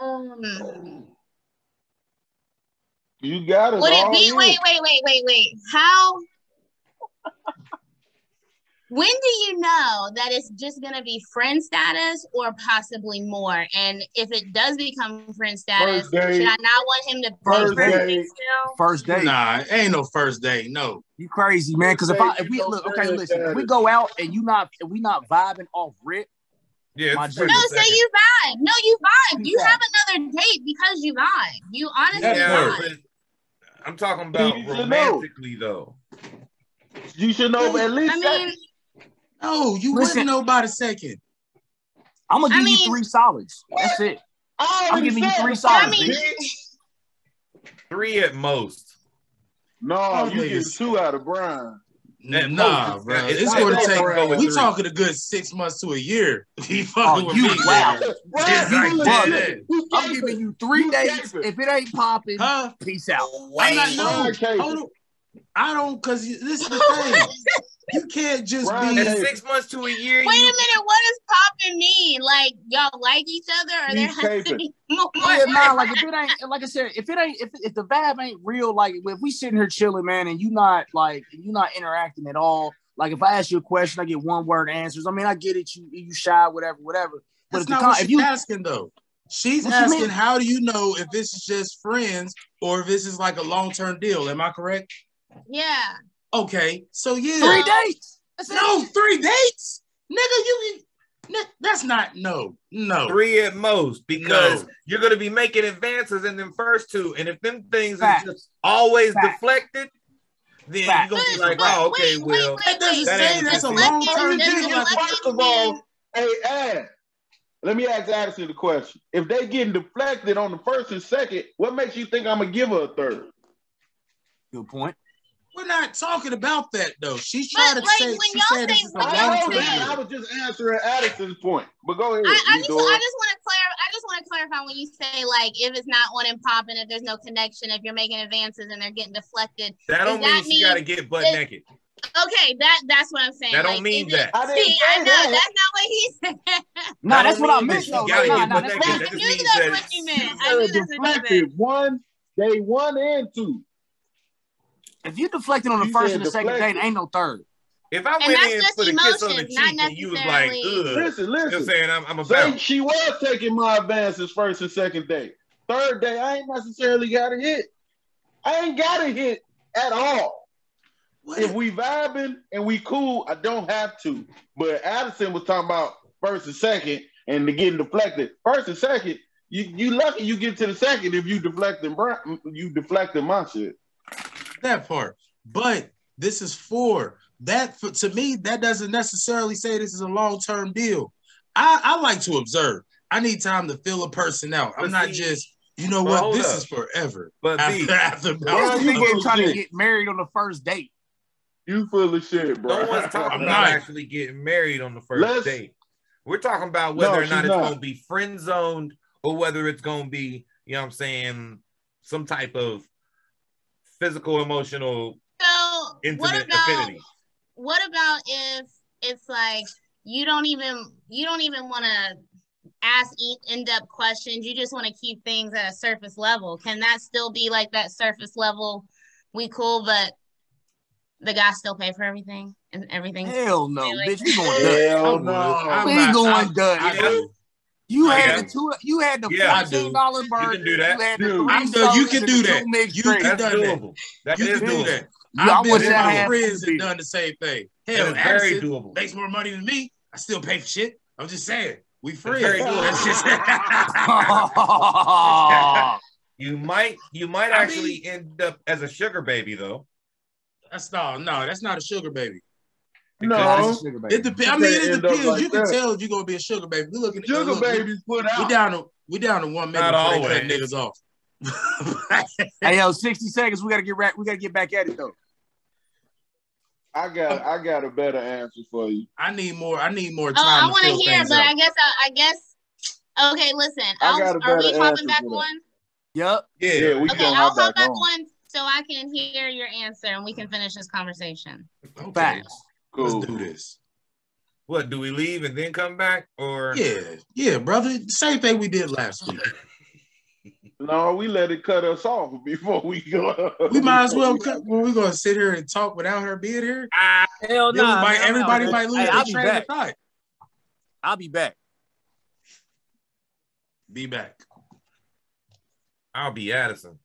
F: Um
D: you got it.
F: Would it
D: all
F: be?
D: you.
F: Wait, wait, wait, wait, wait. How? when do you know that it's just going to be friend status or possibly more? And if it does become friend status,
D: First
F: should I
D: date.
F: not want him to pay
D: First
F: for everything
D: date.
F: still?
C: First day.
A: Nah, it ain't no first date. No.
C: You crazy, man. Cause if I if we look, okay, listen, if we go out and you not if we not vibing off rip,
B: yeah,
C: My
B: it's the
C: G.
F: No,
B: first
F: say
B: and
F: you vibe. No, you vibe. You
C: Yeah.
F: have another date because you vibe. You honestly
B: second.
A: Yeah,
B: Yeah,
F: vibe.
B: but I'm talking about
D: You should know.
B: romantically though.
D: You should know at least.
F: I
D: that.
F: mean,
A: No, you wouldn't
C: Listen.
A: know by the second.
C: I'm gonna
F: I
C: give you
F: mean-
C: three solids. That's it.
D: I
C: I'm
D: already
C: giving you
D: said
C: three
D: it,
C: solids.
F: I mean-
D: bitch.
B: Three at most.
D: No, you
A: Niggas.
D: get two out of Brian.
B: At
A: nah,
B: most,
A: bro.
B: it's-
A: It's
B: at
A: going to
B: most,
A: take.
B: I'll go with
A: We
B: three.
A: talking a good six months to a year. You fucking
C: Oh,
A: with
C: you
A: me,
C: wow.
A: Just
C: you
A: like
C: bugging.
A: that.
C: I'm giving you three
D: You
C: days.
D: gave it.
C: If it ain't popping,
A: Huh?
C: peace out.
A: I'm not
B: Wait.
A: no.
D: Brian Cable.
A: Hold on. I don't, cause you, this is the thing. You can't just
D: Brian
A: be.
B: At six months to a year,
F: wait a
B: you
F: minute. What does popping mean? Like y'all like each other, or there
D: He's
F: has to
D: taping.
F: be more?
C: Yeah, nah, like if it ain't, like I said, if it ain't, if, if the vibe ain't real, like if we sitting here chilling, man, and you not like you not interacting at all, like if I ask you a question, I get one word answers. I mean, I get it, you you shy, whatever, whatever. But
A: That's
C: if, the
A: not
C: con-
A: what she's
C: if you
A: asking though. She's
C: What you
A: asking,
C: mean?
A: how do you know if this is just friends or if this is like a long term deal? Am I correct?
F: yeah.
A: Okay, so yeah,
C: three dates, that's it.
A: no, three dates, nigga. You, can- n- that's not no, no.
B: three at most because
A: Oh. No.
B: you're gonna be making advances in them first two, and if them things
C: Facts.
B: are just always
C: Facts.
B: deflected, then
C: Facts.
B: you're gonna be
F: But-
B: like,
F: but
B: oh, okay,
F: wait,
B: well,
F: wait,
A: That doesn't
B: That
A: say
B: ain't
A: that's a
B: what that
A: long term
F: means.
A: deal.
F: That's
A: Like,
F: what that
A: first of
F: means.
A: all,
D: Hey, Ad, let me ask Addison the question. If they getting deflected on the first and second, what makes you think I'm gonna give her a third?
C: Good point.
A: we're not talking about that though. She's
F: But,
A: trying to
F: like,
A: say
F: when
A: she
F: y'all
A: said
F: say
A: this is a
F: I
D: I,
A: long
D: know
A: term
F: don't
D: that. I
A: deal.
D: was just answering Addison's point. But go ahead.
F: I, I just, I just
D: Eudora.
F: want to clarify. I just want to clarify when you say like if it's not on and popping, if there's no connection, if you're making advances and they're getting deflected.
B: that don't
F: Does that
B: mean she
F: mean
B: gotta get butt
F: that-
B: naked.
F: Okay, that that's what I'm saying.
B: That don't
F: Like,
B: mean
F: is it-
B: that.
D: I didn't
F: See,
D: say
F: I know
D: that.
F: that's not what he said.
C: No,
B: That
C: that's
B: don't
C: what I
B: mean
C: meant
B: she
C: though.
B: gotta
C: Nah,
B: get
C: nah,
B: butt
C: that's
B: naked. That
C: what I
F: I
B: just
F: knew
B: means
F: that's
B: that-
F: what you
D: They
F: meant. I knew that's what you meant.
D: deflected one, day one and two.
C: If you deflected on the
D: You
C: first
D: said
C: and the second date,
D: deflected.
C: ain't no third.
B: If I
F: that's
B: went in
F: just
B: for the kiss on the
F: emotions, not
B: cheek and you was like,
F: necessarily-
B: ugh,
D: Listen,
B: you know what I'm
D: listen.
B: saying I'm, I'm a
D: Say
B: bounce.
D: she was taking my advances first and second day. Third day, I ain't necessarily got a hit. I ain't got a hit at all.
A: What
D: If we vibing and we cool, I don't have to. But Addison was talking about first and second and the getting deflected. First and second, you you lucky you get to the second if you deflecting Bri- you deflecting my shit.
A: that part. But this is for that for, to me, that doesn't necessarily say this is a long-term deal. I, I like to observe. I need time to fill a person out. I'm
B: But
A: not
B: see-
A: just, you know
B: but
A: what,
B: hold
A: this
B: up.
A: is forever.
B: But B,
A: After, after
D: Why
C: This
D: you
C: nigga
D: bullshit?
C: ain't trying to get married on the first date.
D: You full of shit, bro.
B: no one's talking
A: I'm
B: about
A: not.
B: actually getting married on the 1st
D: Let's-
B: date. We're talking about whether
D: No,
B: or not
D: she's
B: it's
D: not.
B: gonna be friend zoned or whether it's gonna be, you know what I'm saying, some type of physical, emotional,
F: So
B: intimate
F: what about
B: affinity.
F: what about if it's like you don't even you don't even want to ask e- in-depth questions you just want to keep things at a surface level can that still be like that surface level we cool but the guy still pay for everything and everything
C: Hell no,
F: Really?
C: bitch. We going nuts.
B: Hell
A: would.
B: no.
A: I'm
C: We
A: not-
C: going
A: I'm-
C: Dutch.
A: I do.
C: You
A: I
C: had
A: am.
C: the two. You had the
B: Yeah, I
A: do.
C: fourteen dollar
B: can
C: burger.
B: do that.
C: You had the
D: Dude,
C: three
A: I'm done. You
C: sodas
A: can
C: and
A: do
C: the
A: that.
C: two mixed
A: You
C: drinks.
A: can-
B: That's
A: done that.
B: doable. That
A: You
B: is
A: can do
B: doable.
A: that.
C: Yeah, I
A: I've been
C: wish
A: with
C: I
A: my
C: had
A: friends and
C: food.
A: done the same thing.
B: That
A: Hell,
B: is very
A: Addison
B: doable.
A: makes more money than me. I still pay for shit. I'm just saying, we friends.
B: very doable.
A: That's just-
B: You might you might
A: I
B: actually end up as a sugar baby though.
A: That's no, no. That's not a sugar baby.
D: No,
A: It depends. I mean, it
D: End up
A: depends.
D: like
A: you can
D: that.
A: tell if you're gonna be a sugar baby. We looking.
D: sugar
A: look, we-
D: babies put
A: We
D: out.
A: down to we down to one minute
B: Not
A: before they cut
B: always.
A: niggas off.
C: hey yo, sixty seconds. We gotta get ra- We gotta get back at it though.
D: I got I got a better answer for you.
A: I need more. I need more
F: oh
A: time.
F: i
A: to
F: want
A: fill
F: to hear
A: things
F: but
A: out.
F: i guess I, I guess okay listen
D: I
F: I'll,
D: got a
F: are we
D: better
F: hopping
D: answer
F: back
D: for that.
F: on
C: Yep.
A: yeah.
D: Yeah, we
F: okay
D: gonna
F: i'll
D: hop
F: hop
D: back
F: back
D: on.
F: on so i can hear your answer and we can finish this conversation
A: Okay.
C: Facts.
D: Cool.
A: Let's do this.
B: What do we leave and then come back or
A: Yeah, yeah, brother. Same thing we did last week.
D: No, we let it cut us off before we go.
A: We might as well. Cut, well, we're gonna sit here and talk without her being here.
C: Hell
A: Then we might-
C: man, I'm
A: everybody
C: out.
A: might lose
C: Hey,
A: their
C: I'll be
A: train of
C: back.
A: thought.
C: I'll be back.
A: Be back.
B: I'll be Addison.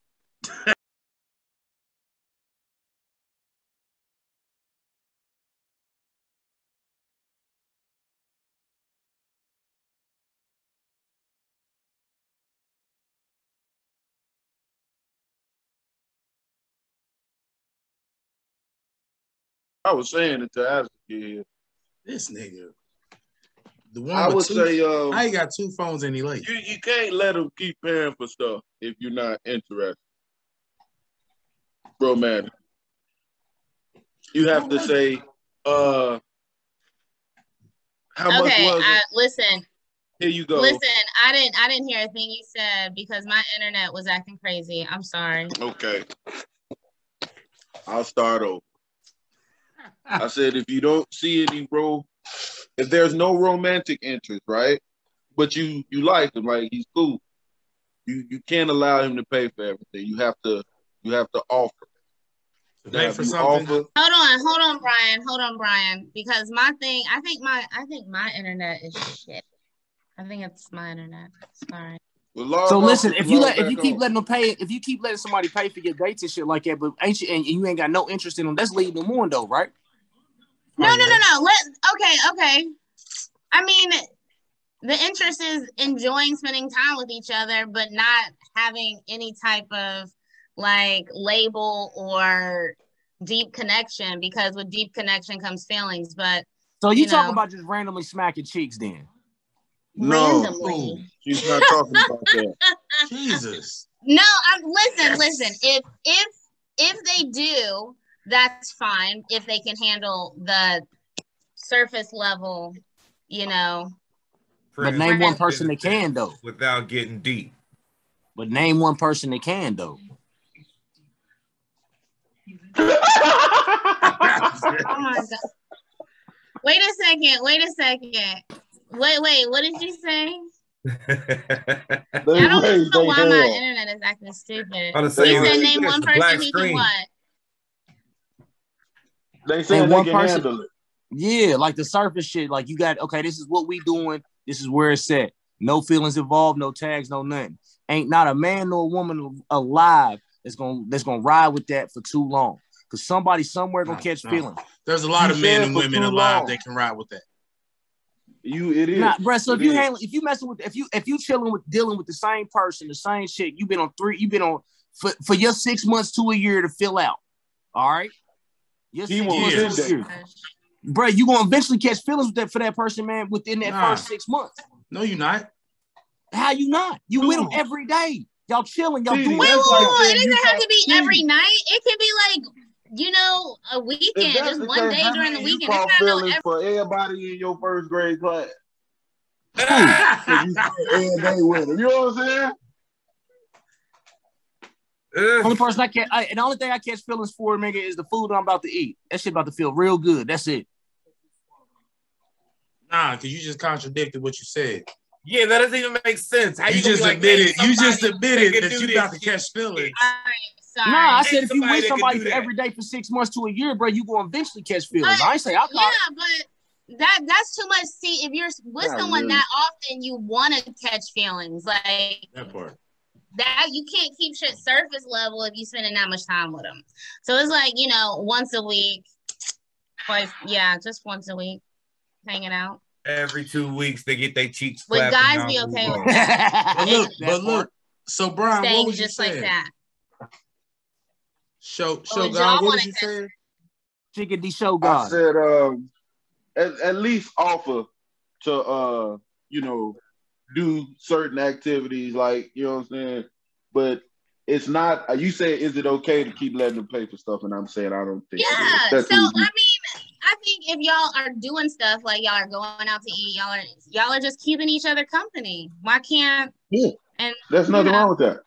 D: I was saying it to Isaac. Yeah.
A: This nigga. The one
D: I
A: with
D: would
A: two,
D: say uh,
A: I ain't got two phones in he late.
D: you you can't let them keep paying for stuff if you're not interested. Bro, man, you have to say, uh, how much
F: okay
D: was
F: I,
D: it?
F: listen
D: Here you go.
F: Listen, I didn't I didn't hear a thing you said because my internet was acting crazy. I'm sorry.
D: Okay, I'll start over. I said, if you don't see any, bro, if there's no romantic interest, right? But you you like him, like he's cool. You you can't allow him to pay for everything. You have to you have to offer.
A: Pay for
D: You
A: something.
D: offer-
F: Hold on, hold on, Brian. Hold on, Brian. Because my thing, I think my I think my internet is shit. I think it's my internet. Sorry.
D: Well,
A: Oh,
D: Laura
C: So
D: Buffett
C: listen, if you let
D: logged
C: if
D: back
C: you keep
D: on.
C: letting them pay, if you keep letting somebody pay for your dates and shit like that, but ain't you, and you ain't got no interest in them, that's leading them on though, right?
F: No, no, no,
A: Alright.
F: no. Let okay, okay. I mean, the interest is enjoying spending time with each other, but not having any type of like label or deep connection because with deep connection comes feelings, but
C: So you
F: You
C: talking
F: know.
C: about just randomly smacking cheeks then?
D: No.
F: randomly.
D: She's not talking about that.
A: Jesus.
F: No, I'm listen,
A: Yes.
F: listen. If if if they do, that's fine. If they can handle the surface level, you know.
C: But
B: Friends
C: name one
F: Right.
C: person that can though.
B: without getting deep.
C: But name one person that can though.
F: Oh my god. Wait a second, wait a second. Wait, wait, what did you say?
D: They
F: I don't
D: raised
F: know
D: they
F: why my
D: hell.
F: internet is acting stupid.
B: About to
F: He
B: say,
D: They
F: said
D: raised-
F: name
B: it's
F: one
B: a
F: person
B: black
F: who can
B: screen.
F: what?
D: They said
C: And
D: they
C: one
D: can
C: person-
D: handle it.
C: Yeah, like the surface shit. Like you got okay, this is what we doing. This is where it's at. No feelings involved, no tags, no nothing. Ain't not a man nor a woman alive that's gonna that's gonna ride with that for too long. Cause somebody somewhere gonna
A: No,
C: catch
A: no.
C: feelings.
A: There's a lot
D: You
A: of men
D: said
A: and
D: for
A: women
D: too
A: alive
D: long.
A: that can ride with that.
D: You it is.
C: Nah, bruh, So if
D: It
C: you
D: is.
C: handling, if you messing with, if you if you chilling with dealing with the same person, the same shit, you've been on three, you've been on for, for your six months to a year to fill out. All right, your
D: He
C: six
D: won't
A: do
C: months to a
D: that.
C: year, bro. You gonna eventually catch feelings with that for that person, man. Within that
A: Nah.
C: first six months,
A: No, you're not.
C: how you not? You with them
D: Dude.
C: every day. Y'all chilling. Y'all
D: Dude,
C: doing.
F: Wait,
D: That's
F: wait,
D: like
F: wait, wait,
D: saying
F: it
D: you
F: doesn't have
D: got
F: to be
D: cheated.
F: every night. It can be like, you know, a
D: If
F: weekend,
D: that's
F: just
D: the
F: one
D: case,
F: day
D: how
F: during the
D: did you
F: weekend. It's
D: call
F: not no
D: feelings for everybody in your first grade class.
C: Dude,
D: If you spent every day with them. You know what I'm saying?
C: Only person I can, I, and the only thing I catch feelings for, nigga, is the food I'm about to eat. That shit about to feel real good. That's it.
A: Nah, because you just contradicted what you said.
B: Yeah, that doesn't even make sense. How
A: you,
B: gonna
A: just
B: be like,
A: admitted.
B: hey,
A: you just
B: somebody
A: admitted
B: can
A: that
B: do
A: you about to
B: this.
A: catch feelings.
F: All right, sorry.
C: Nah, I
B: Ain't
C: said if you
B: somebody
C: with
B: that can
C: somebody
B: do
C: for
B: that.
C: every day for six months to a year, bro, you gonna eventually catch feelings.
F: But-
C: I ain't say I'm
F: yeah,
C: not.
F: but that that's too much. See, if you're with
D: Not
F: someone
D: really.
F: that often, you want to catch feelings like
A: That part.
F: that. You can't keep shit surface level if you spending that much time with them. So it's like you know, once a week, twice, yeah, just once a week, hanging out.
B: every two weeks they get their cheeks
F: Would
B: clapped.
F: guys
B: and
F: be
B: y'all
F: okay
B: move
F: with
B: on.
A: But look, but look. So Brian, what
F: Staying
A: was you
F: just like
A: saying?
F: that.
A: Show,
F: would
A: show
F: y'all
A: God, what
F: wanna
A: was you
F: catch?
A: saying?
C: Chicken D show
D: I
C: God.
D: said, um, at, at least offer to, uh, you know, do certain activities, like you know what I'm saying. But it's not. uh, You say, is it okay to keep letting them pay for stuff? And I'm saying, I don't think. it is.
F: Yeah. So I
D: That's what you-
F: mean, I think if y'all are doing stuff like y'all are going out to eat, y'all are y'all are just keeping each other company. Why can't
D: There's nothing wrong with that.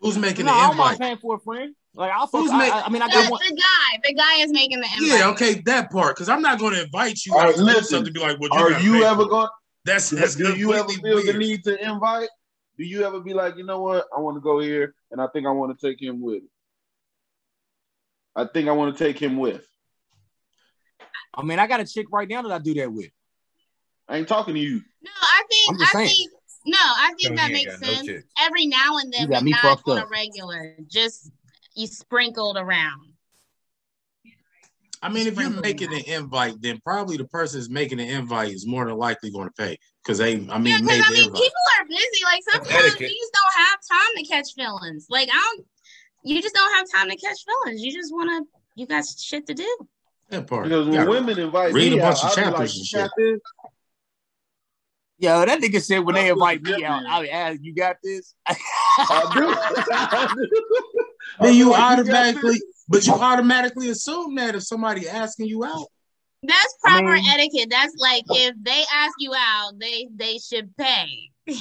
A: Who's making
C: No, I
A: the
C: don't mind
A: invite?
C: paying for a friend. Like I'll fuck.
A: Who's
C: I,
A: make-
C: I, I mean, I
F: the,
C: got one.
F: the guy? The guy is making the invite.
A: Yeah, okay, that part. Because I'm not going to invite you.
D: All right,
A: out to do
D: listen.
A: something to be like, well,
D: Are
A: gotta
D: you
A: pay
D: ever
A: for it.
D: going?
A: That's that's
D: do you ever
A: completely
D: feel
A: weird.
D: the need to invite? Do you ever be like, you know what? I want to go here, and I think I want to take him with. me. I think I want to take him with.
C: I mean, I got a chick right now that I do that with.
D: I ain't talking to you.
F: No, I
C: I'm
F: think
C: just
F: I
C: saying.
F: think no, I think
B: Yo,
F: that
B: he ain't
F: makes
B: got no
F: sense.
B: chick.
F: Every now and
C: You
F: then,
C: got
F: but
C: me
F: not
C: fucked
F: on a
C: up.
F: regular. Just you sprinkled around.
A: I mean, if you're
F: Sprinkled
A: making
F: around.
A: an invite, then probably the person that's making the invite is more than likely going to pay because they, I mean,
F: Yeah,
A: made
F: because I
A: the
F: mean,
A: invite.
F: people are busy. Like sometimes
B: etiquette.
F: you just don't have time to catch feelings. Like I don't, you just don't have time to catch feelings. You just wanna, you got shit to do.
A: That part.
D: Because when
A: Yeah.
D: women invite
A: read
D: me
A: a bunch of
D: out, I be
A: chapters
D: like,
A: and
D: you
A: shit.
D: got this?
C: Yo, that nigga said when they
D: That's what
C: invite me
D: you
C: out,
D: get,
C: I be ask, "You got this?"
D: I do. I do. I
A: Then
C: Oh,
D: be
A: you
D: like, got
A: automatically,
D: this?
A: but you automatically assume that if somebody asking you out,
F: That's
C: I
F: proper
C: mean-
F: etiquette. That's like if they ask you out, they they should pay.
D: I
C: mean,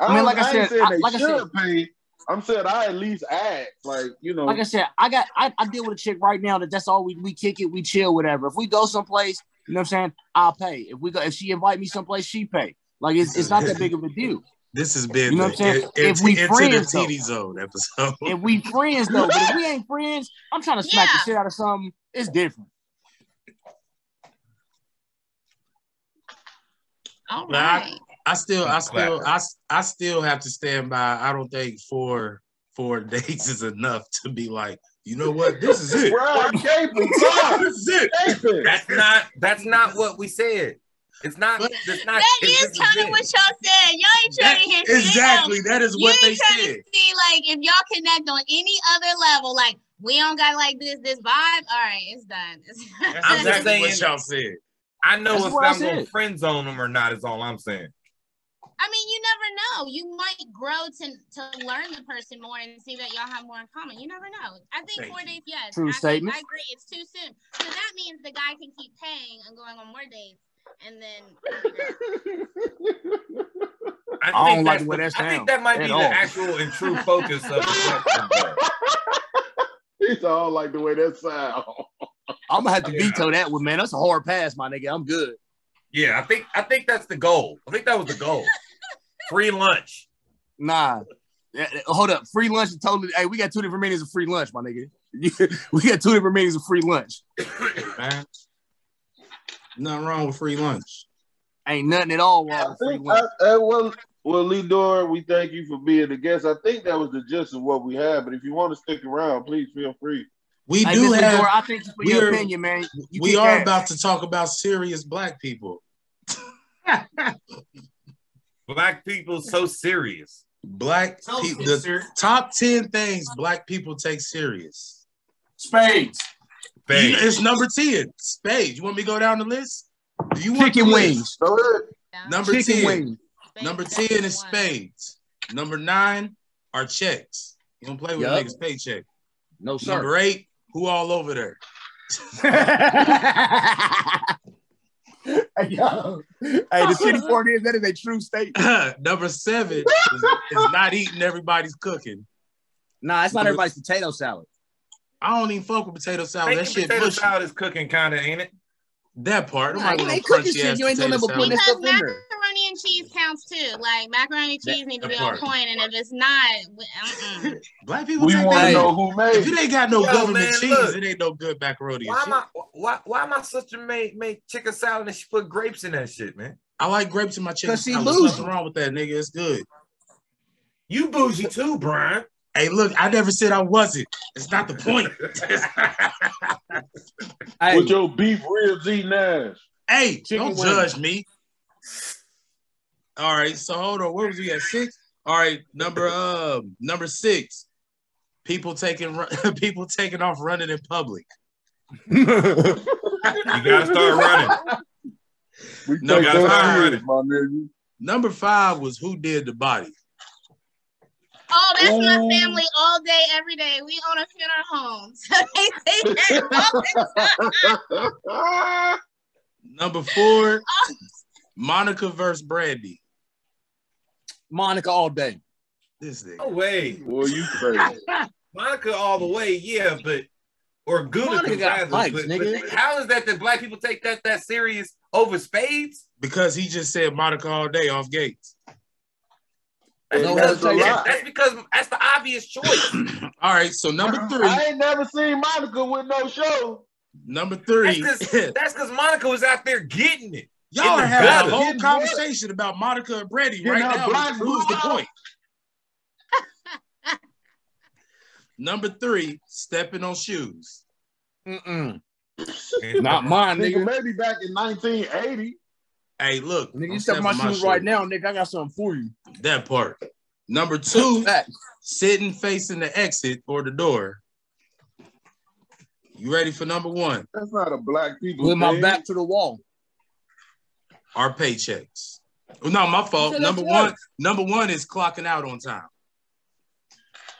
D: don't-
C: like I
D: I ain't
C: said,
D: saying
C: I-
D: they
C: like I
D: should
C: said-
D: pay. I'm saying I at least ask, like you know.
C: like I said, I got I, I deal with a chick right now that that's all we we kick it, we chill, whatever. If we go someplace, you know what I'm saying, I'll pay. If we go, if she invite me someplace, she pay. Like it's, it's not that big of a deal.
A: this has been
C: You know
A: the
C: what I'm saying?
A: in-
C: If we
A: into
C: friends,
A: the
C: though.
A: TD zone episode.
C: If we friends though, but if we ain't friends, I'm trying to smack
F: Yeah.
C: the shit out of something. It's different.
F: All
A: Nah, I-
F: right.
A: I still, I still,
B: Clapper.
A: I, s- I still have to stand by. I don't think four four days is enough to be like, you know what, this is it.
D: Right, caping,
A: this is it.
D: caping.
B: That's not that's not what we said. It's not
A: But-
B: it's not
F: That
B: it's
F: is
B: just
F: kind of
B: it.
F: what y'all said. Y'all ain't trying to hear
A: That-
F: shit else.
A: exactly. That is
F: you
A: what they
F: ain't trying
A: said.
F: to see like if y'all connect on any other level, like we don't got like this this vibe. All right, it's done.
A: That's
B: I'm just
A: exactly what
B: saying-
A: y'all said.
B: I know
C: That's
B: if
C: what I
B: I'm gonna
C: said.
B: friend zone them or not is all I'm saying.
F: I mean, you never know. You might grow to to learn the person more and see that y'all have more in common. You never know. I think
A: Thank
F: four
A: you.
F: days, yes.
C: True
F: I, think-
C: statement.
F: I agree. It's too soon. So that means the guy can keep paying and going on more dates, and then
B: I,
C: I don't like
B: that's
C: the way that
B: I think
C: sound
B: that might be
C: at
B: the
C: all.
B: actual and true focus of the question. bro.
D: It's all like the way that sound.
C: I'm gonna have to
B: Yeah.
C: veto that one, man. That's a hard pass, my nigga. I'm good.
B: Yeah, I think I think that's the goal. I think that was the goal. Free lunch.
C: Nah. Yeah, yeah, Hold up. Free lunch is totally hey, we got two different meanings of free lunch, my nigga. we got two different meanings of free lunch.
A: Man. Nothing wrong with free lunch.
C: Ain't nothing at all wrong
D: I
C: with free
D: think,
C: lunch.
D: I- I- Uh, well, well, Lidor, we thank you for being a guest. I think that was the gist of what we had, but if you want to stick around, please feel free.
A: We
C: Hey,
A: do
C: Mr.
A: have.
C: Dora, I thank you for
A: we
C: your
A: are-
C: opinion, man. You
A: we
C: kick
A: are
C: ass.
A: about to talk about serious black people.
B: Black people so serious.
A: Black people. The top ten things black people take serious.
C: spades.
B: Babe.
A: You- It's number ten. Spade. You want me to go down the list? Do you want
C: Chicken
A: the list?
C: wings.
D: Go ahead.
F: yeah.
A: Number
C: Chicken
A: ten.
C: wings.
F: Spades,
A: Number
F: that's
A: ten
F: the
A: is
F: one.
A: spades. Number nine are checks. You don't play with
C: Yup.
A: a niggas paycheck.
C: No
A: Number eight, who all over there?
C: hey, yo. hey, the shitty part is that is a true statement.
A: Number seven is, is not eating everybody's cooking.
G: Nah, it's not everybody's potato salad.
A: I don't even fuck with potato salad. That
B: Making
A: shit
B: potato
A: mushy.
B: salad is cooking, kind of, ain't it?
A: That part.
G: Nah,
A: I'm
G: you
A: not
G: ain't
A: cooking
G: cooking shit, you ain't doing nothing but putting
F: Because
G: That's the
F: macaroni
G: winner.
F: and cheese counts too. Like macaroni and cheese need to
A: that
F: be on
A: part.
F: point, and if it's not, we- uh-uh. mm-mm.
A: Black people
D: We
A: take
D: want
A: that.
D: to know who made
A: If
D: it.
A: it ain't got no
B: Yo,
A: government
B: man,
A: cheese,
B: look.
A: it ain't no good macaroni. and
B: Why
A: shit.
B: my why why my sister made made chicken salad and she put grapes in that shit, man?
A: I like grapes in my chicken
G: 'Cause she
A: salad.
G: bougie.
A: Nothing wrong with that, nigga. It's good.
B: You bougie too, Brian.
A: Hey, look, I never said I wasn't. It's not the point.
G: Hey,
D: With your beef ribs eating ass.
A: hey,
G: Chicken
A: don't
G: wing.
A: judge me. All right, so hold on. Where was we at? Six? All right, number um number six. People taking run- people taking off running in public.
B: You gotta start running.
D: We
A: No,
D: take
A: guys,
D: that
A: I'm
D: serious, my nigga.
A: Number five was who did the body.
F: Oh, that's
D: Ooh.
F: my family all day, every day. We own a funeral home. So they say that all the time.
A: Number four, Monica versus Brandy.
G: Monica all day.
A: This nigga.
B: No way,
D: Boy, you crazy.
B: Monica all the way, yeah, but or good
G: Monica got
B: rather,
G: likes,
B: but,
G: nigga.
B: but how is that that black people take that that serious over spades?
A: Because he just said Monica all day off gates.
G: No
D: That's a
G: hesitation.
D: lot.
B: That's because that's the obvious choice.
A: All right, so number three,
D: I ain't never seen Monica with no show.
A: number
B: That's
A: three,
B: because that's because Monica was out there getting it.
A: y'all are
B: Getting
A: having
B: better.
A: a whole
D: Getting
A: conversation about Monica and Brandy
D: Getting
A: right
D: her
A: now.
D: black
A: Who's the
D: boots out.
A: point? number three, stepping on shoes.
G: Mm-mm. Not mine,
D: Nigga,
G: nigga.
D: maybe back in 1980.
A: Hey, look,
G: Nigga,
A: I'm
G: you step on my
A: stepping
G: shoes right now, nigga. I got something for you.
A: That part. Number two,
G: Back.
A: sitting facing the exit or the door. You ready for number one?
D: That's not a black people
G: With my
D: thing.
G: back to the wall.
A: Our paychecks. Well, No, my
G: You
A: fault.
G: said
A: Number
G: that's right.
A: one, number one is clocking out on time.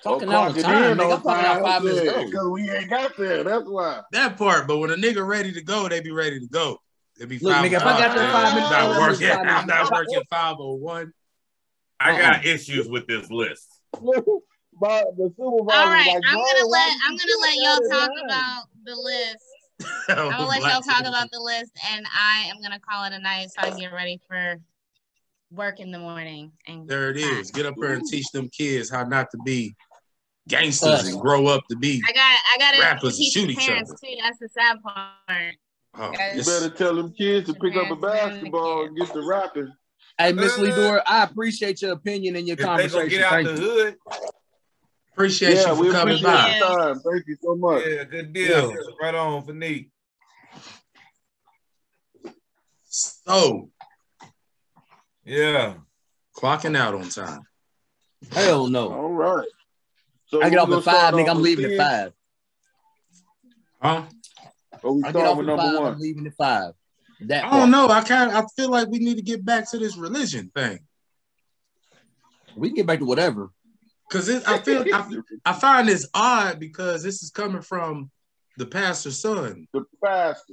G: Fucking
D: Oh,
G: out
D: clocking
G: of time,
D: in
G: nigga. I'm
D: on
G: fucking out
D: time,
G: five minutes
D: yeah,
G: early.
D: 'cause we ain't got there. That's why.
A: That part, but when a nigga ready to go, they be ready to go. It be
G: Look,
A: five
G: nigga, if
A: o'clock.
G: I got
D: the
A: I'm
D: five minutes,
A: not
D: I'm
A: working.
G: just five
A: I'm not
G: minutes.
A: working five oh one.
B: I got issues with this list.
D: But the supervisor
F: All right,
D: was like,
F: I'm
D: "Bro,
F: gonna
D: why
F: let
D: did
F: I'm
D: you
F: gonna let
D: get out
F: y'all
D: of
F: talk
D: line?"
F: about the list.
A: Oh,
F: I'm gonna let y'all talk about the list, and I am gonna call it a night so I can get ready for work in the morning. And
A: There it is. Get up there and teach them kids how not to be gangsters
G: Us.
A: and grow up to be.
F: I got I got to
A: Rappers
F: teach
A: shoot
F: the
A: each
F: parents too. That's the sad part.
A: Oh,
F: Guys.
D: You
A: it's-
D: better tell them kids to pick up a
F: Parents and then the
D: basketball and get to rapping.
G: Hey, Miss
B: Uh,
G: Lidor, I appreciate your opinion and your
B: If they gonna
G: conversation.
B: get out
G: Thank
B: the
G: you.
B: hood,
A: appreciate
D: Yeah,
A: you
D: we
A: for
D: appreciate
A: coming
D: your
A: by.
F: Yeah.
D: time. Thank you so much.
B: yeah, good deal. Right on, Fanique.
A: So
B: Yeah.
A: clocking out on time.
G: Hell no.
D: All right. So
G: I get
D: we
G: off
D: gonna
G: at five,
D: start
G: nigga.
D: off
G: I'm
D: with
G: leaving at
D: 10,
G: five.
A: Huh?
D: Or we
G: I get
D: start
G: off
D: with
G: at
D: number
G: five.
D: one.
G: I'm leaving at five. That
A: I
G: part.
A: don't know. I kind I feel like we need to get back to this religion thing.
G: We can get back to whatever.
A: Cause it, I feel I, I find this odd because this is coming from the pastor's son.
D: the pastor.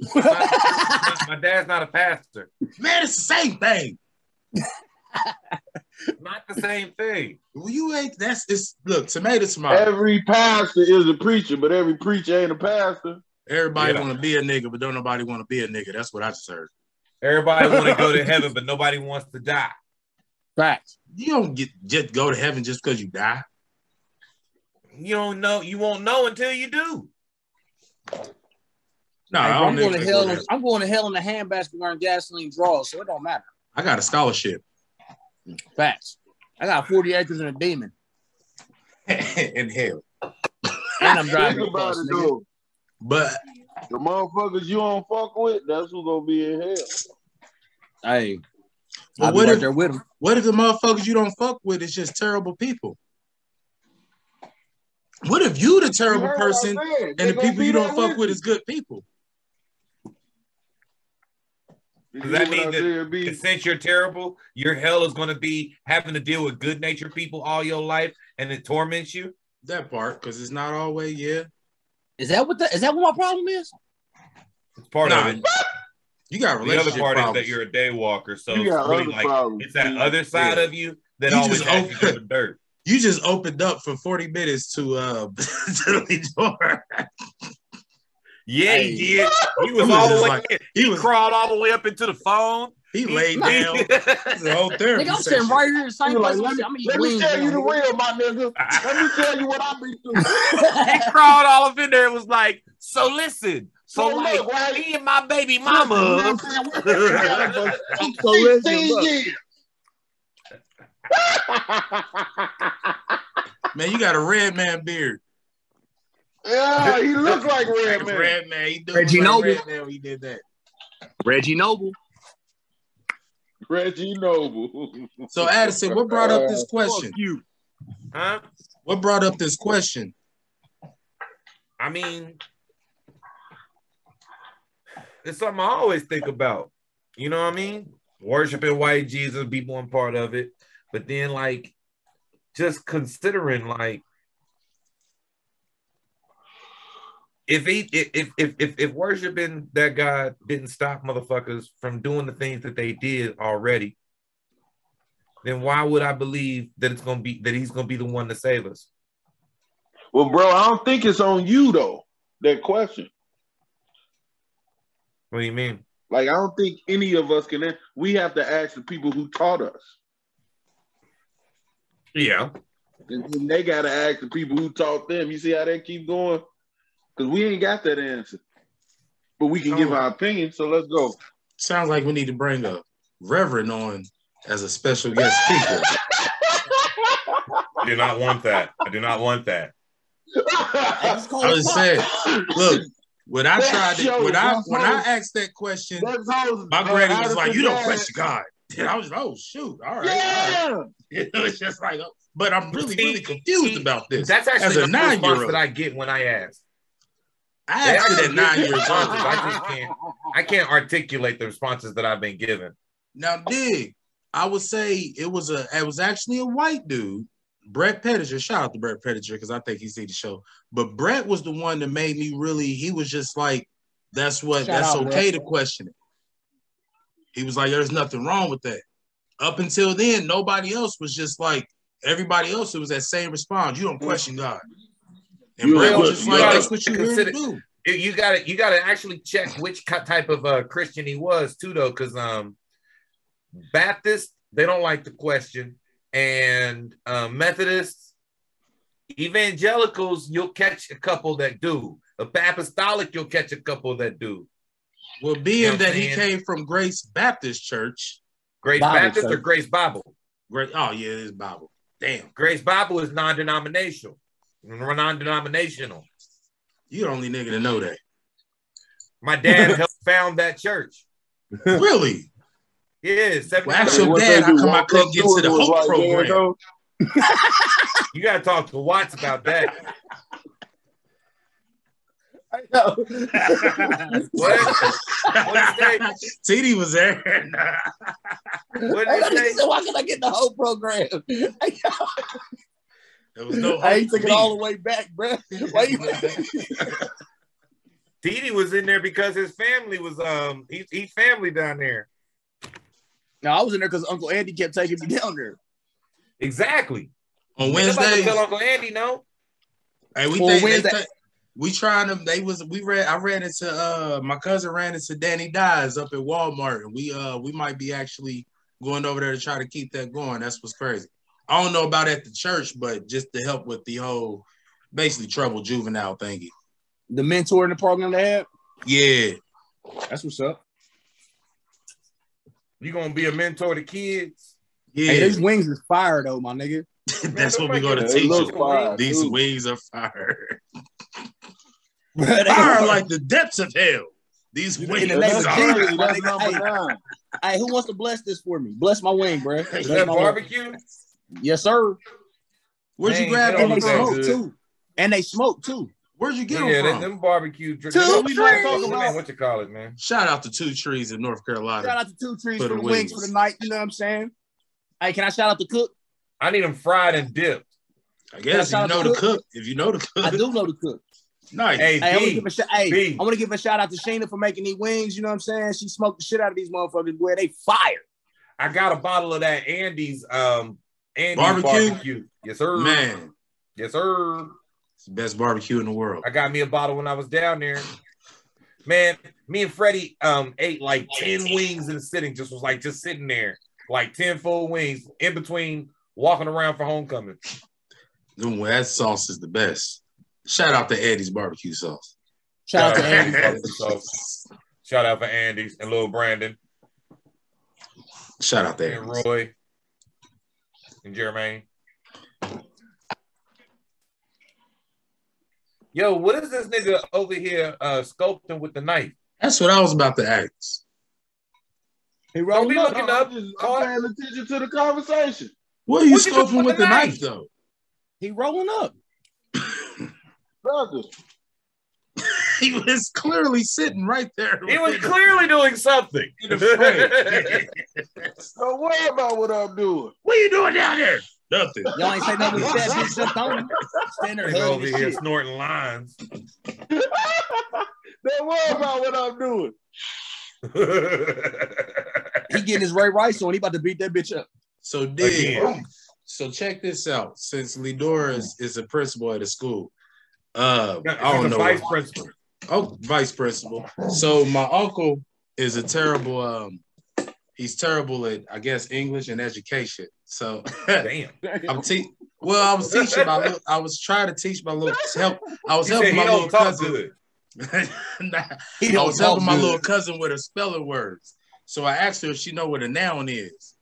B: My dad's not a pastor.
A: Man, it's the same thing.
B: Not the same thing.
A: Well, you ain't. That's it's. Look, tomato, tomato.
D: Every pastor is a preacher, but every preacher ain't a pastor.
A: Everybody
B: Yeah.
A: want to be a nigga, but don't nobody want to be a nigga. That's what I just heard.
B: Everybody want to go to heaven, but nobody wants to die.
G: Facts.
A: You don't get just go to heaven just because you die.
B: You don't know. You won't know until you do.
A: No,
G: Hey,
A: I
G: bro,
A: don't
G: I'm going
A: think
G: to
A: they go
G: hell.
A: to
G: In,
A: heaven.
G: I'm going to hell in a handbasket wearing gasoline draws, so it don't matter.
A: I got a scholarship,
G: Facts. I got 40 acres and a demon,
A: in hell.
G: and I'm
D: Think
G: driving a
D: about
G: bus,
D: it
G: nigga.
D: though.
A: But
D: The motherfuckers you don't fuck with, that's who gonna be in hell.
G: Hey,
A: But
G: I'll be
A: what
G: right
A: if-
G: there with him.
A: what if the motherfuckers you don't fuck with is just terrible people? What if you the
D: You
A: terrible
D: heard what I
A: person
D: said. They
A: and the
D: gonna
A: people
D: be
A: you
D: there
A: don't fuck with
D: you.
A: is good people?
D: You
B: Does
D: hear
B: that
D: what I
B: mean that-
D: said, B?
B: And since you're terrible, your hell is going to be having to deal with good natured people all your life, and it torments you.
A: That part, because it's not always yeah.
G: Is that what the, is that what my problem is?
B: It's part
A: Nah,
B: of it.
A: you got
B: The other
A: relationship
B: part
A: problems.
B: is that you're a day walker, so
D: You
B: it's
D: got
B: really
D: other
B: like
D: problems.
B: it's that other side
A: Yeah.
B: of you that
A: You
B: always
A: just
B: has you
A: open-
B: doing dirt.
A: You just opened up for 40 minutes to uh to Lidora.
B: Yeah,
A: Hey.
B: he did. He
A: He
B: was
A: was
B: all the
A: just
B: way.
A: like-
B: in.
A: He
B: He
A: was
B: crawled all the way up into the phone.
A: he laid down the whole therapy.
H: Nigga, I'm
A: session.
H: sitting right here in the
D: He
H: same
D: like,
H: place.
D: let me,
H: I'm
D: let
H: eating
D: me
H: wings.
D: tell
H: now,
D: you the
H: nigga.
D: real, my nigga. Let me tell you what I been through.
B: he crawled all up in there. and was like, so listen. So
D: So
B: like,
D: look, right?
B: me and my baby mama.
D: Yeah, but
C: I'm so listen,
D: 16
C: look.
D: years.
A: Man, you got a red man beard.
D: yeah, he looked like Red Man.
A: Red man, he do
H: Reggie
A: look
H: Noble.
A: Red man when he did that.
H: Reggie Noble.
D: Reggie Noble.
A: So Addison, what brought up this question?
C: you.
B: huh?
A: What brought up this question?
B: I mean, it's something I always think about. You know what I mean? Worshiping white Jesus be one part of it, but then like just considering like if he if if if, if worshiping that God didn't stop motherfuckers from doing the things that they did already, then why would I believe that it's gonna be that he's gonna be the one to save us?
D: Well, bro, I don't think it's on you though. That question,
B: What do you mean?
D: like, I don't think any of us can. We have to ask the people who taught us,
B: Yeah.
D: and then they got to ask the people who taught them. You see how that keep going? Because we ain't got that answer, but we can give our opinion. So let's go.
A: Sounds like we need to bring a Reverend on as a special guest speaker.
B: I do not want that. I do not want that.
C: I just call
A: I was saying, look, when I
D: That
A: tried to,
D: show
A: when I
D: was
A: when I
D: horrible.
A: asked that question,
D: That's how
A: my granny was
D: Addison
A: like, "You don't
D: had-
A: question God." And I was, "Oh shoot, all right." all right."
D: Yeah,
A: It was just like, oh, but I'm really really confused about this.
B: That's actually
A: As a
B: the response
A: nine-year-old.
B: that I get when I ask.
A: I asked it at nine years old.
B: I just can't. I can't articulate the responses that I've been given.
A: Now, dig, I would say it was a it was actually a white dude, Brett Pettiger. Shout out to Brett Pettiger because I think he see the show. But Brett was the one that made me really. He was just like, "That's what.
C: Shout
A: that's
C: out,
A: okay to question it." He was like, "There's nothing wrong with that." Up until then, nobody else was just like everybody else. It was that same response. You
C: Mm.
A: don't question God. And
D: You
A: Brett
D: don't
A: was just like,
D: question-
A: "That's what you're here to
B: Consider-
A: do."
B: You- You got to you got to actually check which ki- type of uh, Christian he was too, though, because um, Baptists they don't like the question, and uh, Methodists, evangelicals, you'll catch a couple that do. Apostolic, you'll catch a couple that do.
A: Well, being
B: You know what
A: that
B: I'm
A: he
B: saying?
A: came from Grace Baptist Church,
B: Grace
C: Bible
B: Baptist or
C: Church.
B: Grace Bible.
A: great. Oh yeah, it is Bible. Damn.
B: Grace Bible is non-denominational. Non-denominational.
A: You the only nigga to know that.
B: My dad helped found that church.
A: really?
B: Yeah,
A: Well, actually,
B: seven.
D: What
A: dad,
D: they
A: how
D: do,
A: come I
D: walk
A: couldn't
D: up
A: get
D: it
A: to the
D: and was
A: Hope
D: like, there it
A: program?
D: go.
B: You gotta talk to Watts about that. What? What
A: TD was there.
B: What did they say?
C: why can I get the whole program?
A: there was no
C: I ain't
A: hope
C: took
A: for
C: it
A: me.
C: all the way back, bro. Why you-
B: Didi was in there because his family was um he, he family down there.
C: No, I was in there because Uncle Andy kept taking me down there.
B: Exactly.
A: On
B: Nobody
A: Wednesday,
B: tell Uncle Andy no.
A: hey, we
C: Well,
A: think,
C: Wednesday-
A: They think- we trying to. They was we read. I ran into uh my cousin ran into Danny Dyes up at Walmart, and we uh we might be actually going over there to try to keep that going. That's what's crazy. I don't know about at the church, but just to help with the whole basically trouble juvenile thingy.
C: The mentor in the program they had.
A: Yeah,
C: That's what's up.
B: You gonna be a mentor to kids.
A: yeah.
C: Hey, these wings is fire though, my nigga.
A: That's what we gonna
D: It
A: teach
D: looks
A: them.
D: fire.
A: These
D: dude.
A: wings are fire.
C: Bruh, they
A: Fire
C: are.
A: like the depths of hell. These
C: In the
A: wings
C: name of
A: are
C: Jesus.
A: fire.
D: Crazy, that's number
C: Hey.
D: nine.
C: hey, who wants to bless this for me? Bless my wing, bro.
B: Is that barbecue?
C: Yes, sir.
A: Where'd you
B: Man,
A: grab
B: they
C: And
A: them
C: they
B: don't look
A: from?
B: good.
C: smoke too. And they smoke too.
A: Where'd you get
B: Yeah,
A: them
B: them,
A: from?
B: them barbecue drinks.
C: Two
B: What we not
C: trees.
B: talking about? What you call it, man?
A: Shout out to Two Trees in North
C: Shout
A: Carolina.
C: out to Two Trees
A: For
C: for
A: the
C: the
A: wings.
C: wings for the night. You know what I'm saying? Hey, can I shout out the cook?
B: I need them fried and dipped.
A: I guess if
C: shout
A: you
C: out
A: know
C: to
A: the
C: cook.
A: cook, if you know the
C: I
A: cook,
C: do know the cook.
A: nice.
B: Hey,
C: Hey, I want to
B: B,
C: give a shout. Hey,
B: B.
C: I want to give a shout out to Sheena for making these wings. You know what I'm saying? She smoked the shit out of these motherfuckers. Boy, they fire.
B: I got a bottle of that Andy's um And
A: Barbecue?
B: barbecue. Yes, sir.
A: Man,
B: Yes, sir.
A: it's the best barbecue in the world.
B: I got me a bottle when I was down there. Man, me and Freddie um ate like 10 wings in sitting, just was like just sitting there, like 10 full wings in between walking around for homecoming.
A: Them- That sauce is the best. Shout out to Eddie's barbecue sauce.
C: Shout out to Andy.
B: So, shout out for Andy's and little Brandon
A: Shout out to
B: and
A: Eddie's.
B: Roy and Jermaine. Yo, what is this nigga over here uh sculpting with the knife?
A: That's what I was about to ask.
C: He
B: Don't
C: rolled
B: be
C: up.
B: looking
D: I'm
B: up.
D: just I'm paying attention to the conversation.
A: What are you
B: What you doing
A: scoping with
B: with
A: the
B: the
A: knife,
B: knife?
A: though?
C: He rolling up.
D: Brother,
A: He was clearly sitting right there.
B: He was clearly doing something.
A: In the frame.
D: don't worry about what I'm doing.
A: What are you doing down there? Nothing.
C: Y'all ain't say nothing to that bitch jumped on him. Stand there
B: Nigga
C: hugging
B: over
C: his
B: here
C: shit.
B: snorting lines.
D: Don't worry about what I'm doing.
C: He getting his Ray Rice on. He about to beat that bitch up.
A: So dig.
B: Again.
A: So check this out. Since Lidora is, is a principal at a school, uh, I
B: I
A: don't
B: do
A: know.
B: Vice principal.
A: Oh, vice principal. So my uncle is a terrible. Um, he's terrible at I guess English and education. So
B: Damn.
A: I'm te- Well, I was teaching my. Little, I was trying to teach my little help. I was
B: He said
A: helping
B: he
A: my little
B: don't talk
A: cousin.
B: good.
A: Nah,
C: He
A: I
B: Oh,
C: don't
A: was helping
C: talk
A: Oh, my
C: good.
A: little cousin with her spelling words. So I asked her if she know what a noun is.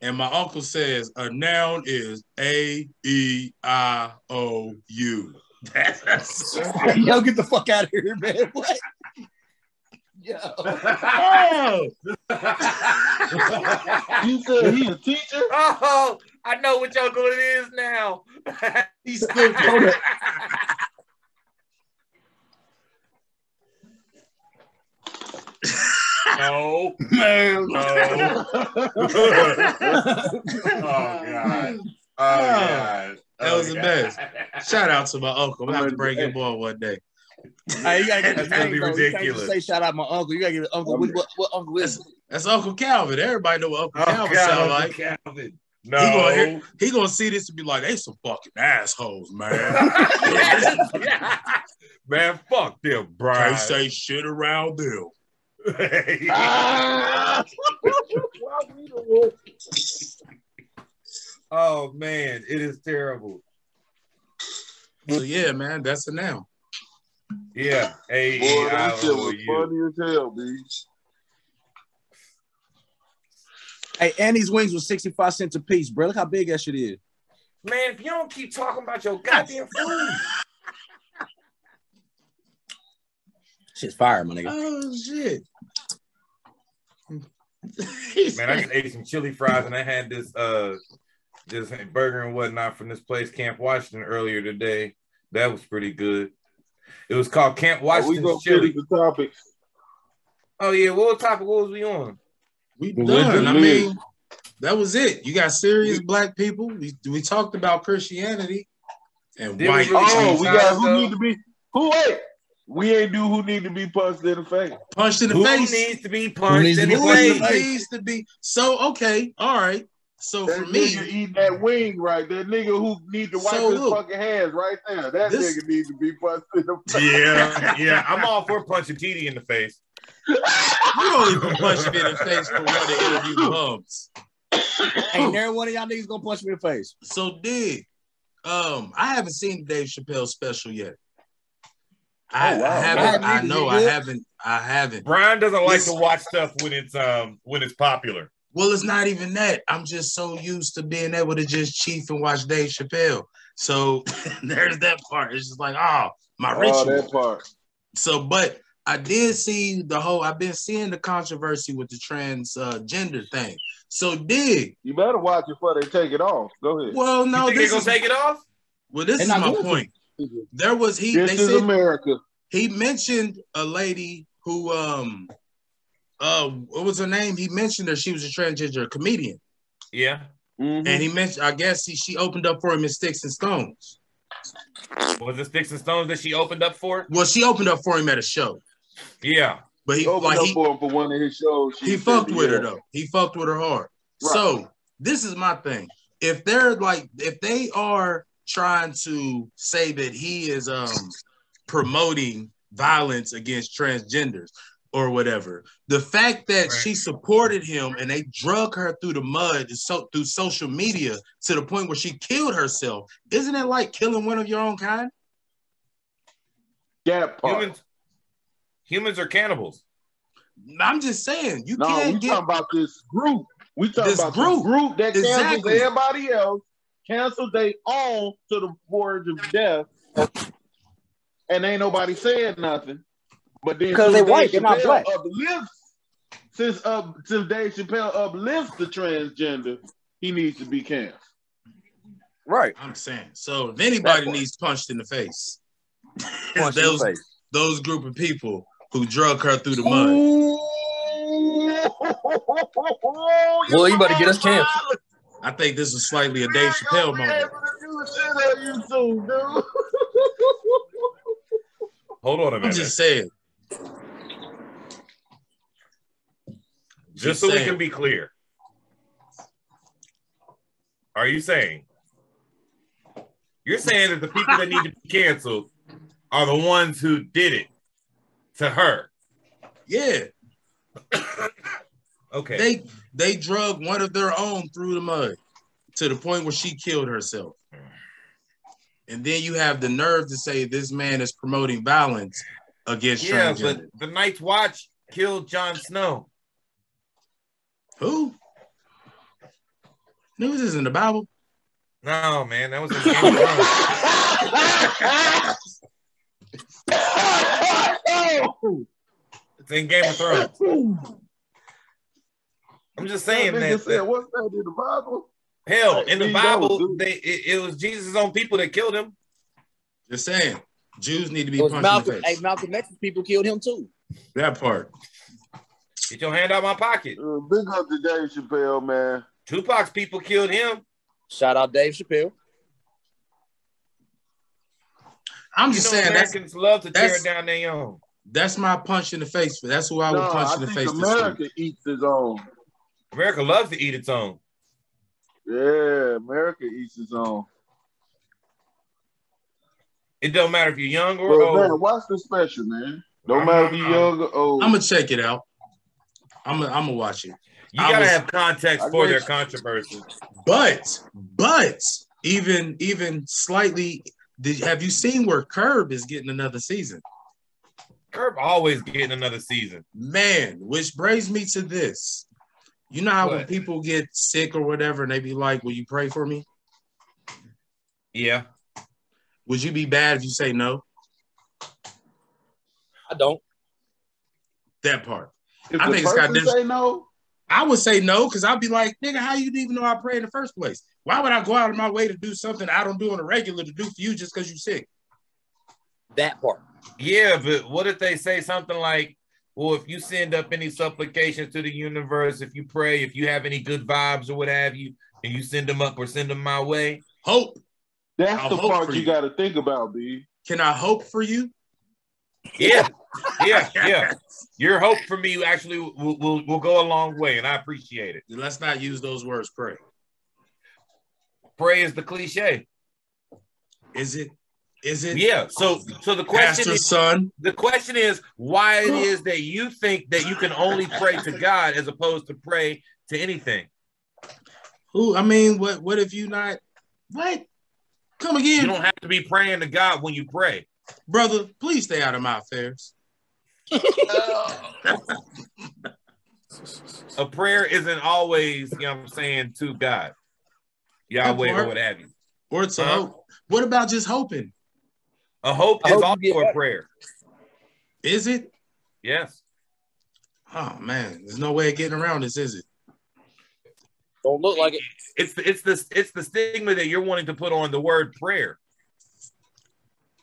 A: And my uncle says a noun is A E I O U. That's
C: Yo, get the fuck out of here, man. What? Yo.
A: oh.
D: You said he's a teacher?
B: oh, I know what your good is now.
A: He's stupid.
B: no.
C: Man.
B: No. oh God. Oh God.
A: Ah, That was the best. Shout out to my uncle. I'm gonna have to
D: I'm
A: bring him on one day.
C: Hey, you gotta get
B: That's
C: his
B: gonna
C: name,
B: be
C: though. You can't just
B: ridiculous.
C: say shout out my uncle. You gotta give uncle what, what, what uncle is. it?
A: That's Uncle Calvin. Everybody know what Uncle
B: Oh,
A: Calvin
B: God,
A: sound
B: Uncle
A: like.
B: Calvin.
A: He gonna hear-
B: No.
A: He gonna see this and be like, they some fucking assholes, man.
B: Man, fuck them,
A: Can't
B: Brian.
A: say shit around them.
D: Ah!
B: oh man, it is terrible.
A: So yeah, man, that's a noun.
B: Yeah. Hey,
D: Boy,
B: I
D: that shit was
B: you.
D: funny as hell, B.
C: Hey, Annie's wings was 65 cents a piece, bro. Look how big that shit is.
B: Man, if you don't keep talking about your goddamn food,
C: Shit's fire, my nigga.
A: Oh shit.
B: man, I just ate some chili fries and I had this uh this burger and whatnot from this place, Camp Washington, earlier today. That was pretty good. It was called Camp
D: Are Oh, we
B: Washington
D: gonna
B: Chili.
D: finish the topic?
B: Oh yeah, what topic what was we on?
A: we
D: The
A: done. I
D: Wizard
A: mean, that was it. You got serious black people. We, we talked about Christianity and
B: Did we
A: white.
B: really-
D: Oh, we got who
B: Though.
D: need to be who wait. We ain't do who need to be punched in the face.
A: punched in the
B: Who
A: face.
B: needs to be punched
C: needs to
B: in
C: be
B: the
A: Who is
C: punched
B: face?
A: the needs to be so okay? All right. So
D: That
A: for
D: nigga
A: me,
D: eating that wing right. That nigga who need to wipe
A: So
D: his
A: look,
D: fucking hands right there. That
A: this-
D: nigga needs to be punched in the face.
B: Yeah, yeah. I'm all for punching Titi in the face.
A: you don't even punch me in the face for one to interview bums.
C: Ain't there one of y'all niggas gonna punch me in the face.
A: So dig. Um, I haven't seen the Dave Chappelle special yet. I,
D: Oh, wow.
A: I haven't.
C: Wow,
A: I
C: nigga,
A: know.
C: you
A: I
C: good?
A: haven't. I haven't.
B: Brian doesn't like to
A: Listen.
B: watch stuff when it's um when it's popular.
A: Well, it's not even that. I'm just so used to being able to just chief and watch Dave Chappelle. So there's that part. It's just like, oh, my
D: Oh,
A: ritual.
D: that part.
A: So, but I did see the whole. I've been seeing the controversy with the transgender thing. So, dig.
D: You better watch it before they take it off. Go ahead.
A: Well, no,
B: you think
A: this
B: they're
A: is,
B: gonna take it off?
A: well, this
C: They're
A: is
C: not
A: my
C: going to.
A: point. There was he.
D: This
A: they
D: is
A: said
D: America.
A: he mentioned a lady who um uh what was her name? He mentioned her. She was a transgender comedian,
B: Yeah.
D: Mhm.
A: and he mentioned. I guess he, she opened up for him in Sticks and Stones.
B: Was it Sticks and Stones that she opened up for?
A: Well, she opened up for him at a show,
B: Yeah.
A: but he
D: opened
A: like
D: up
A: he,
D: for him for one of his shows. She
A: he
D: said,
A: fucked with her
D: yeah.
A: though. He fucked with her hard.
D: Right.
A: So this is my thing. if they're like if they are trying to say that he is um promoting violence against transgenders or whatever the fact that
B: Right.
A: she supported him and they drug her through the mud and so through social media to the point where she killed herself isn't it like killing one of your own kind
D: That part.
B: Humans, humans are cannibals.
A: i'm just saying you
D: no, we
A: can't get
D: talking about this group. We talking
A: This
D: about
A: group.
D: this group that cancels
A: Exactly.
D: everybody else, cancels they own to the verge of death, and ain't nobody saying nothing. But then
I: 'Cause they
D: since
I: white, they're
D: Dave
I: not
D: Chappelle
I: black.
D: Uplifts, since up since Dave Chappelle uplifts the transgender, he needs to be canceled.
C: Right.
A: i'm saying so if anybody
C: part.
A: needs punched in the face
C: Punch in the
A: those,
C: face.
A: those group of people who drug her through the mud
D: well,
J: Well, you better get us canceled.
A: I think this is slightly a Dave Chappelle moment.
B: Hold on a
A: I'm
B: minute.
A: just
B: Just,
A: saying.
B: so we
A: saying.
B: can be clear. Are you saying? You're saying that the people that need to be canceled are the ones who did it to her.
A: Yeah,
B: Okay.
A: they they drug one of their own through the mud to the point where she killed herself. And then you have the nerve to say this man is promoting violence against
B: yeah, but
A: transgender.
B: the Night's Watch killed Jon Snow.
A: Who? News is in the Bible.
B: No, man, that was a Game of Thrones. It's in Game of Thrones. I'm just saying
D: Nigga
B: that,
D: said,
B: that
D: "What's that in the Bible?"
B: hell
D: Hey,
B: in the
D: there you go,
B: Bible,
D: dude.
B: they it, it was Jesus' own people that killed him.
A: Just saying, Jews need to be
C: It was
A: punched
C: Malcolm.
A: in the
C: Hey,
A: face.
C: Malcolm X's people killed him too.
A: That part.
B: Get your hand out my pocket.
D: Uh, big up to Dave Chappelle, man.
B: Tupac's people killed him.
C: Shout out Dave Chappelle.
A: I'm
B: You know,
A: just saying that's
B: Americans love to tear
A: that's-
B: down their own.
A: that's my punch in the face. That's who I would
D: No,
A: punch
D: I
A: in the
D: think
A: face. this week.
D: America eats its own.
B: America loves to eat its own.
D: Yeah, America eats its own.
B: It don't matter if you're young or
D: Bro,
B: old.
D: man, watch the special, man. No
B: I'm-
D: matter if you're
B: I'm-
D: young or old.
A: I'm gonna check it out. I'm gonna I'm gonna watch it.
B: you
A: I
B: gotta
A: was-
B: have context
D: I
B: for their
D: wish-
B: controversy.
A: But but even even slightly did have you seen where Curb is getting another season?
B: Curb always getting another season.
A: Man, which brings me to this. You know how when
B: What?
A: people get sick or whatever and they be like, Will you pray for me?
B: Yeah.
A: Would you be bad if you say no?
C: I don't.
A: That part.
D: if
A: I
D: the
A: think it's got
D: person
A: this-
D: say no,
A: I would say no, because I'd be like, nigga, how you even know I pray in the first place? Why would I go out of my way to do something I don't do on a regular to do for you just because you sick?
C: That part.
B: Yeah, but what if they say something like, well, if you send up any supplications to the universe, if you pray, if you have any good vibes or what have you, and you send them up or send them my way,
A: Hope.
D: that's
A: I'll
D: the
A: vote
D: part
A: for
D: you
A: you.
D: got to think about, B.
A: Can I hope for you?
B: yeah, yeah, yeah. Your hope for me actually will, will, will go a long way, and I appreciate it.
A: Then let's not use those words, pray.
B: Pray is the cliche.
A: Is it? Is it?
B: Yeah. So, so the question
A: Pastor
B: is,
A: son.
B: the question is why it is that you think that you can only pray to God as opposed to pray to anything.
A: Who? I mean, what? What if you not? What? Come
B: You
A: again,
B: don't have to be praying to God when you pray.
A: brother. Please stay out of my affairs.
B: A prayer isn't always, you know what I'm saying, to God, Yahweh or what have you.
A: Or to
B: Huh?
A: hope. What about just hoping?
B: A hope is
C: I hope you
B: also
C: get
B: a
C: back.
B: prayer.
A: Is it?
B: Yes.
A: Oh man, there's no way of getting around this, is it?
C: Don't look like it.
B: It's the, it's the it's the stigma that you're wanting to put on the word prayer.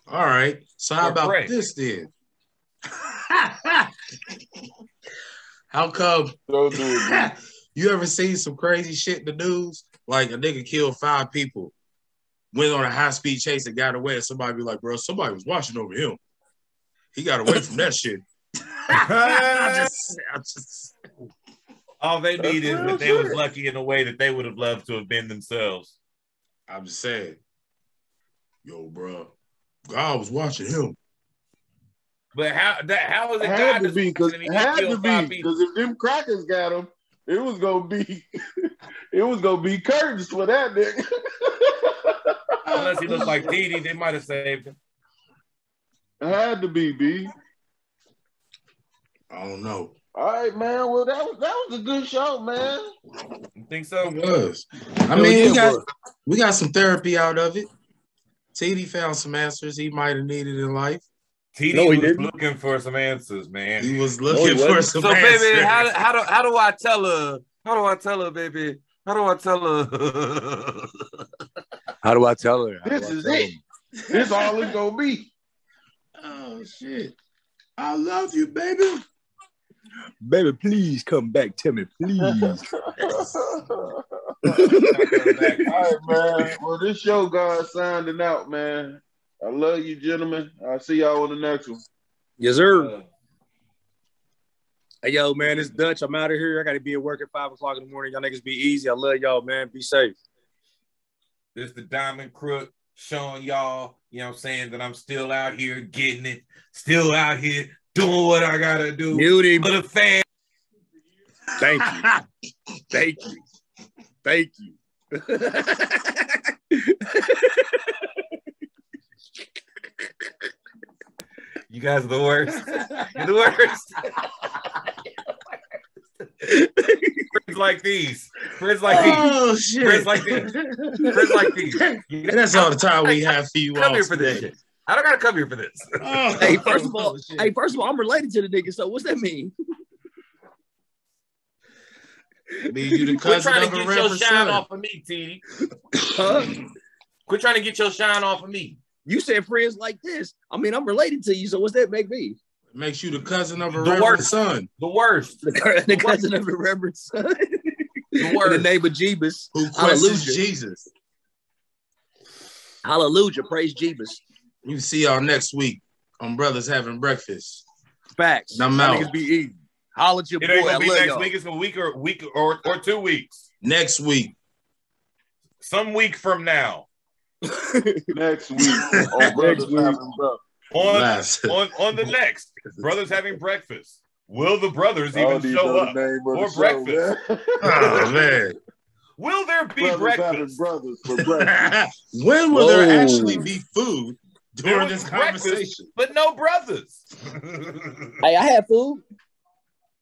A: All right. So how
B: Or
A: about
B: pray.
A: this then? how come
D: Don't do it,
A: you ever seen some crazy shit in the news? Like a nigga killed five people, went on a high speed chase and got away, and somebody be like, "Bro, somebody was watching over him. He got away from that shit." I'm just, I'm just,
B: All they need is
D: real
B: that they
D: shit.
B: was lucky in a way that they would have loved to have been themselves.
A: I'm just saying, yo, bro, God was watching him.
B: But how that how is it
D: Had
B: God
D: to
B: is
D: be because
B: watching and he
D: had to
B: killed five
D: be
B: people?
D: because if them crackers got him, it was gonna be it was gonna be curtains for that nigga.
B: Unless he looked like Dee Dee, they might have saved him.
D: had to be B.
A: I don't know.
D: All right, man. Well, that was that was a good show, man.
B: You think so?
A: It was. I
G: Hell
A: mean,
G: yeah,
A: we got we got some therapy out of it. TD found some answers he might have needed in life.
B: T D
C: No,
B: was
C: he didn't.
B: looking for some answers, man.
A: He was looking
C: he
A: for some
C: wasn't.
B: So
A: answers.
B: baby, how, do- how do how do I tell her? How do I tell her, baby? How do I tell her?
C: How do I tell her? How do
D: This
C: I
D: is
C: tell
D: it.
C: him?
D: This all it's gonna be.
A: oh shit! I love you, baby.
C: Baby, please come back to me. Please.
D: All right, man. Well, this show God signing out, man. I love you, gentlemen. I'll see y'all on the next one.
C: yes, sir. Hey, yo, man, it's Dutch. I'm out of here. I got to be at work at 5 o'clock in the morning. Y'all niggas be easy. I love y'all, man. Be safe.
B: This the Diamond Crook showing y'all, you know what I'm saying, that I'm still out here getting it, still out here doing what I gotta do
C: Beauty.
B: for the fans.
C: Thank you. Thank you. Thank you.
B: You guys are the worst. You're the worst. Friends like these. Friends like these.
A: Oh
B: Friends
A: shit!
B: like these. Friends like these. You
A: And that's all the time we have for you
B: come
A: all
B: here for this
A: today.
B: shit. I don't gotta come here for this.
A: Oh,
G: Hey, first of all,
A: shit.
G: hey, first of all, I'm related to the nigga, so what's that mean?
A: Me, you the
B: Quit
A: cousin
B: trying
A: of
B: to
A: a
B: get your
A: rapper
B: shine
A: son.
B: off of me, T.
G: Huh?
B: Quit trying to get your shine off of me.
G: You said friends like this. I mean, I'm related to you, so what's that make me?
A: Makes you the cousin of a
B: The
A: rapper
B: worst.
A: son
B: The worst.
G: The, cou- the cousin of the reverend son. In the
B: worst.
G: name of Jeebus.
A: who questions
G: Hallelujah.
A: Jesus.
G: Hallelujah. Praise Jeebus.
A: We will see y'all next week on Brothers Having Breakfast.
G: Facts.
A: And I'm out.
G: Y'all Niggas be easy. Holla at your
B: It
G: boy.
B: ain't
G: I
B: gonna be
G: love
B: next
G: y'all.
B: week. It's a week or week or, or two weeks.
A: Next week.
B: Some week from now.
D: Next week. Oh,
C: Next
D: brothers
C: week.
D: having brother.
B: On
A: Last.
B: on on the next. Brothers having breakfast. Will the brothers even show up? for
A: Oh man.
B: Will there be
D: Brothers having
B: breakfast?
D: brothers for breakfast.
A: when will
C: Whoa.
A: there actually be food
B: There
A: during
B: was
A: this
B: breakfast.
A: conversation?
B: But no brothers.
G: Hey, I had food.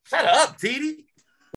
B: Shut up, TD.